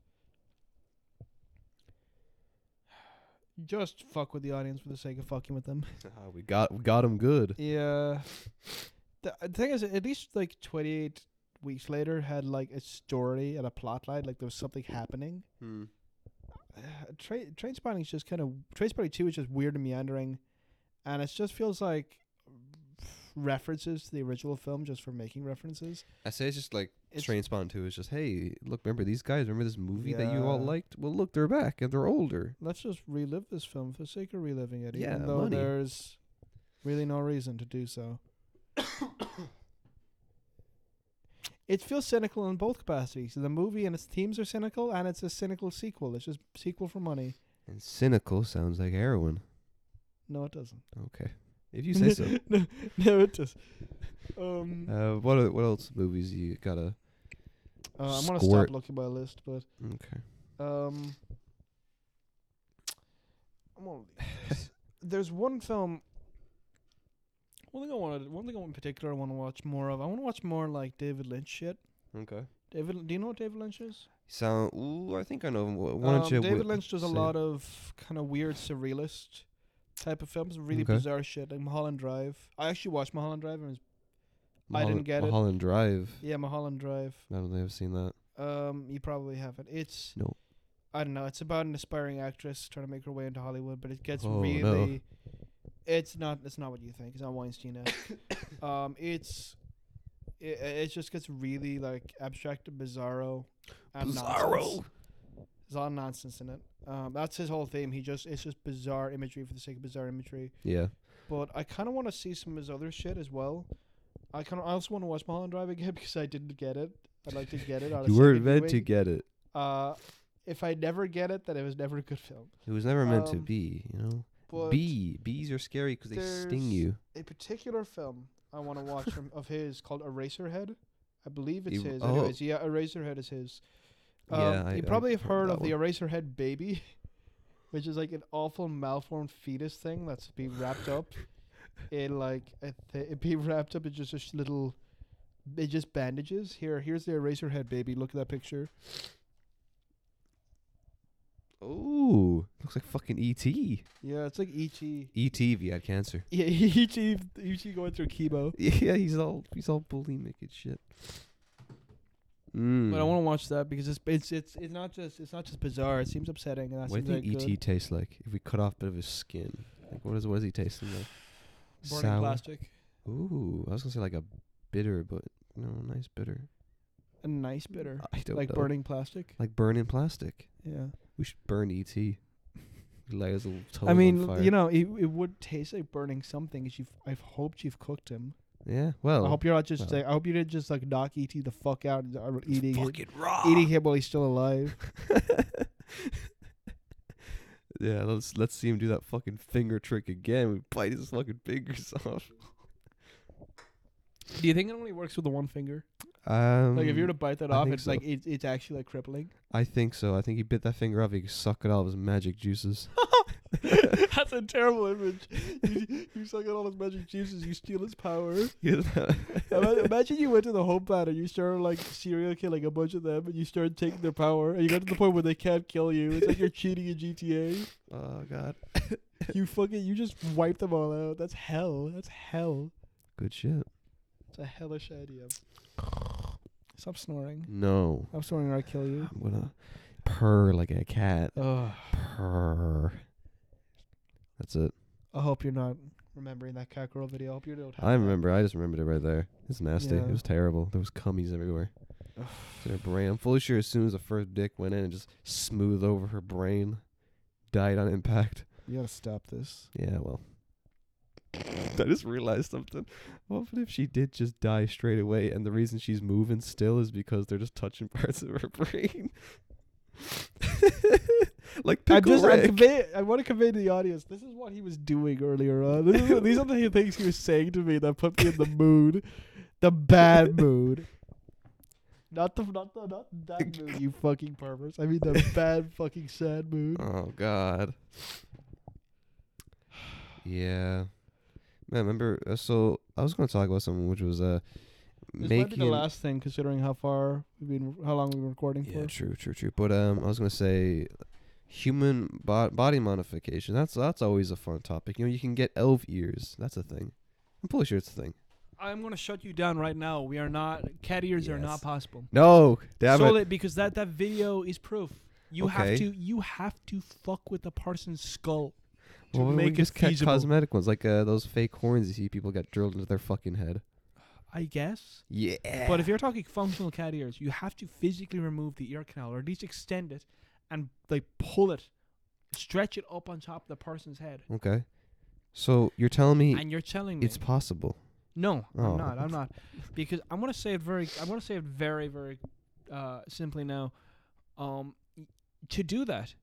Speaker 3: just fuck with the audience for the sake of fucking with them.
Speaker 2: Ah, we got we got him good.
Speaker 3: Yeah. The, uh, the thing is, at least like 28 weeks later had like a story and a plot line. Like there was something happening.
Speaker 2: Hmm.
Speaker 3: Uh, tra- Train Spotting is just kind of. Train Spotting 2 is just weird and meandering. And it just feels like references to the original film just for making references.
Speaker 2: I say it's just like
Speaker 3: It's-
Speaker 2: Train Spawn Two is just hey look remember these guys remember this movie that you all
Speaker 3: Yeah.
Speaker 2: liked well look they're back and they're older.
Speaker 3: Let's just relive this film for the sake of reliving it, even
Speaker 2: Yeah,
Speaker 3: though
Speaker 2: money.
Speaker 3: there's really no reason to do so. it feels cynical in both capacities. The movie and its themes are cynical, and it's a cynical sequel. It's just sequel for money.
Speaker 2: And cynical sounds like heroin.
Speaker 3: No, it doesn't.
Speaker 2: Okay, if you say so.
Speaker 3: no, no, it does. Um,
Speaker 2: Uh, what are, what else movies you gotta?
Speaker 3: uh, I'm gonna stop
Speaker 2: squirt.
Speaker 3: looking at my list, but
Speaker 2: Okay.
Speaker 3: Um, I'm gonna leave this. There's one film. One thing I wanted, one thing I want in particular, I want to watch more of. I want to watch more like David Lynch shit.
Speaker 2: Okay.
Speaker 3: David, do you know what David Lynch is?
Speaker 2: Sound. Ooh, I think I know. him. Wh- Why don't
Speaker 3: Um,
Speaker 2: you?
Speaker 3: David
Speaker 2: wi-
Speaker 3: Lynch does a
Speaker 2: say-
Speaker 3: lot of kind of weird surrealist type of films, really
Speaker 2: Okay.
Speaker 3: bizarre shit, like Mulholland Drive. I actually watched Mulholland Drive, and it was, I
Speaker 2: Mulholland-
Speaker 3: didn't get it.
Speaker 2: Mulholland Drive.
Speaker 3: yeah, Mulholland Drive.
Speaker 2: I don't think I've seen that.
Speaker 3: Um, you probably haven't. It's
Speaker 2: No.
Speaker 3: I don't know. It's about an aspiring actress trying to make her way into Hollywood, but it gets
Speaker 2: Oh, no.
Speaker 3: really. It's not. It's not what you think. It's not Weinstein. um, it's. It, it just gets really like abstract and bizarro. And Nonsense.
Speaker 2: Bizarro.
Speaker 3: There's a lot of nonsense in it. Um, that's his whole theme. He just it's just bizarre imagery for the sake of bizarre imagery.
Speaker 2: Yeah.
Speaker 3: But I kind of want to see some of his other shit as well. I kind of I also want to watch Mulholland Drive again because I didn't get it. I'd like to get it. On a
Speaker 2: You weren't
Speaker 3: second
Speaker 2: meant to
Speaker 3: viewing.
Speaker 2: get it.
Speaker 3: Uh, if I never get it, then it was never a good film.
Speaker 2: It was never meant to
Speaker 3: Um,
Speaker 2: be. You know.
Speaker 3: But
Speaker 2: Bee. Bees are scary 'cause they sting
Speaker 3: there's-
Speaker 2: you.
Speaker 3: a particular film I want to watch from of his called Eraserhead. I believe it's
Speaker 2: Er-
Speaker 3: his.
Speaker 2: oh.
Speaker 3: Anyways, yeah, Eraserhead is his. Um,
Speaker 2: Yeah, I-
Speaker 3: you
Speaker 2: I
Speaker 3: probably have heard
Speaker 2: heard that
Speaker 3: of the Eraserhead baby, which is like an awful malformed fetus thing that's being wrapped up in like a th- it being wrapped up in just a sh- little, it just bandages. Here, here's the Eraserhead baby. Look at that picture.
Speaker 2: Ooh, looks like fucking E ET.
Speaker 3: Yeah, it's like E.T.
Speaker 2: ET if he had cancer.
Speaker 3: Yeah, E E.T. E.T. going through chemo.
Speaker 2: Yeah, he's all he's all bulimic and shit. Hmm. Mm.
Speaker 3: But I want to watch that because it's it's it's it's not just it's not just bizarre. It seems upsetting. And that
Speaker 2: What do you
Speaker 3: seems
Speaker 2: think E ET
Speaker 3: like good.
Speaker 2: tastes like? If we cut off a bit of his skin, like what is what is he tasting like?
Speaker 3: burning
Speaker 2: Sour.
Speaker 3: plastic.
Speaker 2: Ooh, I was gonna say like a bitter, but no, nice bitter.
Speaker 3: A nice bitter,
Speaker 2: I don't
Speaker 3: like
Speaker 2: know.
Speaker 3: burning plastic.
Speaker 2: like burning plastic.
Speaker 3: Yeah.
Speaker 2: We should burn E ET. Light his little toes
Speaker 3: I mean,
Speaker 2: on
Speaker 3: l-
Speaker 2: fire.
Speaker 3: you know, it, it would taste like burning something. 'cause You've I've hoped you've cooked him.
Speaker 2: Yeah, well,
Speaker 3: I hope you're not just.
Speaker 2: Oh, well.
Speaker 3: Like, I hope you didn't just like knock ET the fuck out and uh, eating him,
Speaker 4: Fucking raw.
Speaker 3: eating him while he's still alive.
Speaker 2: yeah, let's let's see him do that fucking finger trick again. We bite his fucking fingers off.
Speaker 3: Do you think it only works with the one finger?
Speaker 2: Um,
Speaker 3: like if you were to bite that
Speaker 2: I
Speaker 3: off,
Speaker 2: think
Speaker 3: it's
Speaker 2: so.
Speaker 3: like it's it's actually like crippling.
Speaker 2: I think so. I think he bit that finger off. He could suck it out of his magic juices.
Speaker 3: That's a terrible image. You, you suck out all his magic juices. You steal his power.
Speaker 2: He doesn't have-
Speaker 3: Ima- Imagine you went to the home planet, you started like serial killing a bunch of them, and you started taking their power, and you got to the point where they can't kill you. It's like you're cheating in GTA.
Speaker 2: oh god.
Speaker 5: you fucking you just wipe them all out. That's hell. That's hell.
Speaker 2: Good shit.
Speaker 5: It's a hellish idea. Stop snoring.
Speaker 2: No.
Speaker 5: I'm snoring or I kill you.
Speaker 2: I'm gonna purr like a cat.
Speaker 5: Ugh.
Speaker 2: Purr. That's it.
Speaker 5: I hope you're not remembering that cockerel video. I hope you don't. have
Speaker 2: I
Speaker 5: that.
Speaker 2: remember. I just remembered it right there. It's nasty.
Speaker 5: Yeah.
Speaker 2: It was terrible. There was cummies everywhere. in her brain. I'm fully sure as soon as the first dick went in, it just smoothed over her brain. Died on impact.
Speaker 5: You gotta stop this.
Speaker 2: Yeah, well. I just realized something. What if she did just die straight away and the reason she's moving still is because they're just touching parts of her brain? like
Speaker 5: I
Speaker 2: Pickle
Speaker 5: just I,
Speaker 2: Rick.
Speaker 5: convey, I want to convey to the audience. This is what he was doing earlier on. This is, these are the things he was saying to me that put me in the mood, the bad mood. Not the not the not that mood. You fucking perverse. I mean the bad fucking sad mood.
Speaker 2: Oh God. Yeah, man. Remember, uh, so I was going to talk about something which was uh
Speaker 5: This might be
Speaker 2: making.
Speaker 5: the last thing, considering how far we've been, how long we've been recording
Speaker 2: yeah,
Speaker 5: for.
Speaker 2: true, true, true. But um, I was going to say, human bo- body modification. That's that's always a fun topic. You know, you can get elf ears. That's a thing. I'm pretty sure it's a thing.
Speaker 3: I'm gonna shut you down right now. We are not cat ears are
Speaker 2: Yes.
Speaker 3: not possible.
Speaker 2: No, damn
Speaker 3: Sold
Speaker 2: it.
Speaker 3: it because that that video is proof. You
Speaker 2: Okay.
Speaker 3: have to you have to fuck with a person's skull to
Speaker 2: Well, we
Speaker 3: make it
Speaker 2: just cut
Speaker 3: feasible.
Speaker 2: cosmetic ones, like uh, those fake horns you see people get drilled into their fucking head.
Speaker 3: I guess.
Speaker 2: Yeah.
Speaker 3: But if you're talking functional cat ears, you have to physically remove the ear canal or at least extend it and like pull it, stretch it up on top of the person's head.
Speaker 2: okay. So you're telling me
Speaker 3: And you're telling me
Speaker 2: it's possible.
Speaker 3: No,
Speaker 2: Oh.
Speaker 3: I'm not. I'm not. Because I'm gonna say it very. I'm gonna say it very, very uh, simply now. Um, to do that,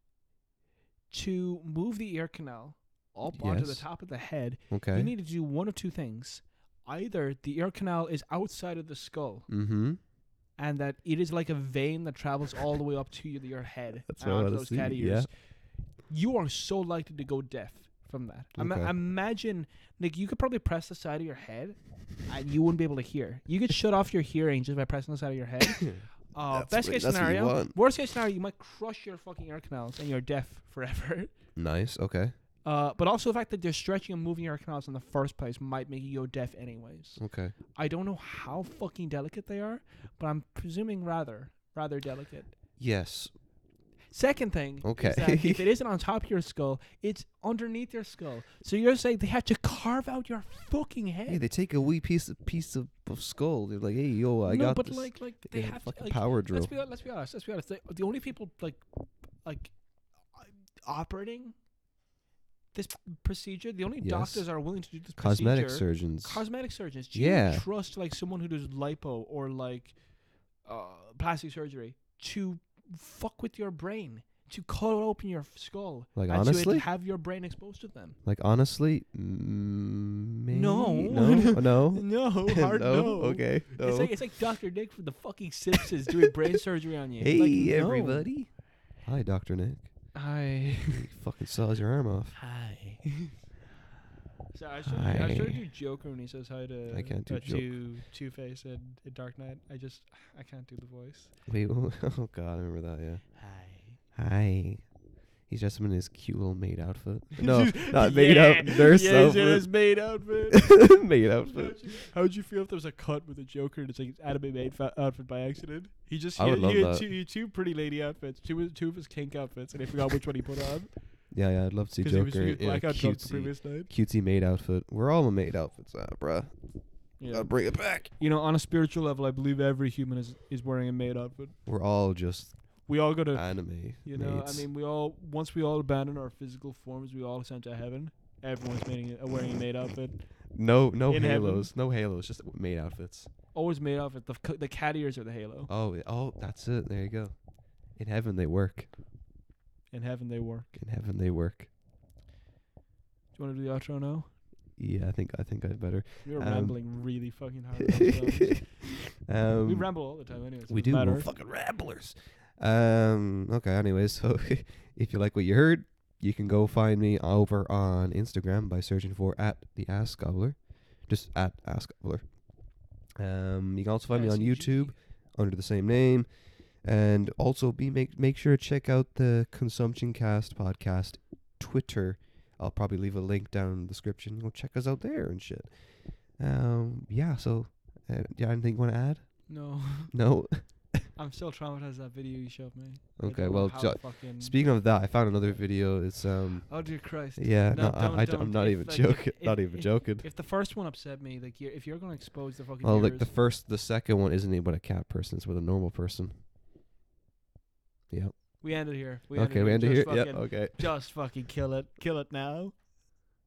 Speaker 3: to move the ear canal up onto the
Speaker 2: Yes.
Speaker 3: top of the head,
Speaker 2: Okay.
Speaker 3: you need to do one of two things. Either the ear canal is outside of the skull,
Speaker 2: Mm-hmm.
Speaker 3: and that it is like a vein that travels all the way up to your head
Speaker 2: That's
Speaker 3: and
Speaker 2: what I
Speaker 3: onto
Speaker 2: wanna
Speaker 3: those
Speaker 2: see,
Speaker 3: cat
Speaker 2: yeah.
Speaker 3: ears. You are so likely to go deaf from that. Ima-
Speaker 2: Okay.
Speaker 3: imagine, like, you could probably press the side of your head, and you wouldn't be able to hear. You could shut off your hearing just by pressing the side of your head. Uh,
Speaker 2: That's
Speaker 3: best
Speaker 2: what-
Speaker 3: case
Speaker 2: that's what you
Speaker 3: scenario,
Speaker 2: want.
Speaker 3: worst case scenario, you might crush your fucking ear canals and you're deaf forever.
Speaker 2: Nice. Okay.
Speaker 3: Uh, but also the fact that they're stretching and moving your ear canals in the first place might make you go deaf anyways.
Speaker 2: Okay.
Speaker 3: I don't know how fucking delicate they are, but I'm presuming rather, rather delicate.
Speaker 2: Yes.
Speaker 3: Second thing
Speaker 2: Okay.
Speaker 3: is that if it isn't on top of your skull, it's underneath your skull. So you're saying they have to carve out your fucking
Speaker 2: Hey,
Speaker 3: head.
Speaker 2: they take a wee piece of piece of, of skull. They're like, hey, yo, I
Speaker 3: no,
Speaker 2: got
Speaker 3: but
Speaker 2: this.
Speaker 3: like, like they
Speaker 2: They had a
Speaker 3: have to,
Speaker 2: fucking
Speaker 3: like,
Speaker 2: power drill.
Speaker 3: Let's be, hon- let's be honest. Let's be honest. The, the only people like, like, uh, operating this procedure, the only
Speaker 2: Yes.
Speaker 3: doctors are willing to do this
Speaker 2: Cosmetic
Speaker 3: procedure.
Speaker 2: surgeons.
Speaker 3: Cosmetic surgeons. Do
Speaker 2: Yeah.
Speaker 3: you trust like someone who does lipo or like uh, plastic surgery to fuck with your brain? To cut open your skull
Speaker 2: Like,
Speaker 3: and
Speaker 2: honestly?
Speaker 3: to have your brain exposed to them.
Speaker 2: like honestly, mm, maybe?
Speaker 3: No.
Speaker 2: no, Oh, no,
Speaker 3: No, hard no.
Speaker 2: no. Okay, no.
Speaker 3: It's like it's like Dr. Nick from the fucking Simpsons doing brain surgery on you.
Speaker 2: hey,
Speaker 3: Like, no.
Speaker 2: everybody. Hi, Doctor Nick.
Speaker 3: Hi.
Speaker 2: You fucking saws your arm off.
Speaker 3: Hi. So I was, trying to, I was trying to do Joker when he says hi to
Speaker 2: I can't do
Speaker 3: uh,
Speaker 2: Joker.
Speaker 3: to Two Face and, and Dark Knight. I just I can't do the voice.
Speaker 2: Wait. Oh God, I remember that. Yeah.
Speaker 3: Hi.
Speaker 2: Hi. He's dressed up in his cute little maid outfit. No, not maid out. Nurse
Speaker 3: yeah, he's in his
Speaker 2: outfit.
Speaker 3: maid outfit.
Speaker 2: maid outfit.
Speaker 3: How would you feel if there was a cut with a Joker and it's like his anime maid fa- outfit by accident? He just
Speaker 2: I
Speaker 3: he,
Speaker 2: would
Speaker 3: he
Speaker 2: love
Speaker 3: had
Speaker 2: that.
Speaker 3: two, he had two pretty lady outfits, two two of his kink outfits, and he forgot which one he put on
Speaker 2: Yeah, yeah. I'd love to see
Speaker 3: because he was
Speaker 2: Joker
Speaker 3: he was
Speaker 2: in a
Speaker 3: blackout drunk the
Speaker 2: cutesy
Speaker 3: previous night.
Speaker 2: cutesy maid outfit. We're all in maid outfits, uh, bruh.
Speaker 3: Yeah.
Speaker 2: Gotta bring it back.
Speaker 3: You know, on a spiritual level, I believe every human is is wearing a maid outfit.
Speaker 2: We're all just
Speaker 3: We all go to
Speaker 2: anime.
Speaker 3: you know.
Speaker 2: mates.
Speaker 3: I mean, we all once we all abandon our physical forms, we all ascend to heaven. Everyone's making a, wearing a maid outfit.
Speaker 2: no, no
Speaker 3: in heaven.
Speaker 2: halos, no halos, just maid outfits.
Speaker 3: Always maid outfit. The c- the cat ears are the halo.
Speaker 2: Oh, yeah, oh, that's it. There you go. In heaven they work.
Speaker 3: In heaven they work.
Speaker 2: In heaven they work.
Speaker 3: Do you want to do the outro now?
Speaker 2: Yeah, I think I think I'd better.
Speaker 3: You're
Speaker 2: Um,
Speaker 3: rambling really fucking hard. ourselves.
Speaker 2: um,
Speaker 3: we ramble all the time, anyway.
Speaker 2: We do. We're fucking ramblers. Um. Okay. Anyways, so if you like what you heard, you can go find me over on Instagram by searching for at the Ass Gobbler, just at Ass Gobbler. Um. You can also find me on
Speaker 3: E
Speaker 2: YouTube under the same name, and also be make make sure to check out the Consumption Cast podcast Twitter. I'll probably leave a link down in the description. Go check us out there and shit. Um, yeah. So, uh, yeah, anything you want to add?
Speaker 3: No,
Speaker 2: No.
Speaker 3: I'm still traumatized that video you showed me. I
Speaker 2: Okay.
Speaker 3: don't know
Speaker 2: Well,
Speaker 3: how
Speaker 2: jo-
Speaker 3: fucking-
Speaker 2: speaking of that, I found another video. It's um.
Speaker 3: Oh dear Christ!
Speaker 2: Yeah,
Speaker 3: No,
Speaker 2: no,
Speaker 3: don't-
Speaker 2: I, I,
Speaker 3: don't.
Speaker 2: am not
Speaker 3: If,
Speaker 2: even
Speaker 3: like, if-
Speaker 2: joking.
Speaker 3: if-
Speaker 2: not even
Speaker 3: if-
Speaker 2: joking.
Speaker 3: If the first one upset me, like you're, if you're gonna expose the fucking
Speaker 2: Well,
Speaker 3: viewers,
Speaker 2: like the first, the second one isn't even with a cat person; it's with a normal person.
Speaker 3: we ended here. We
Speaker 2: okay, we
Speaker 3: here.
Speaker 2: end it here.
Speaker 3: Just
Speaker 2: Yeah.
Speaker 3: fucking-
Speaker 2: Okay.
Speaker 3: Just fucking kill it. Kill it now.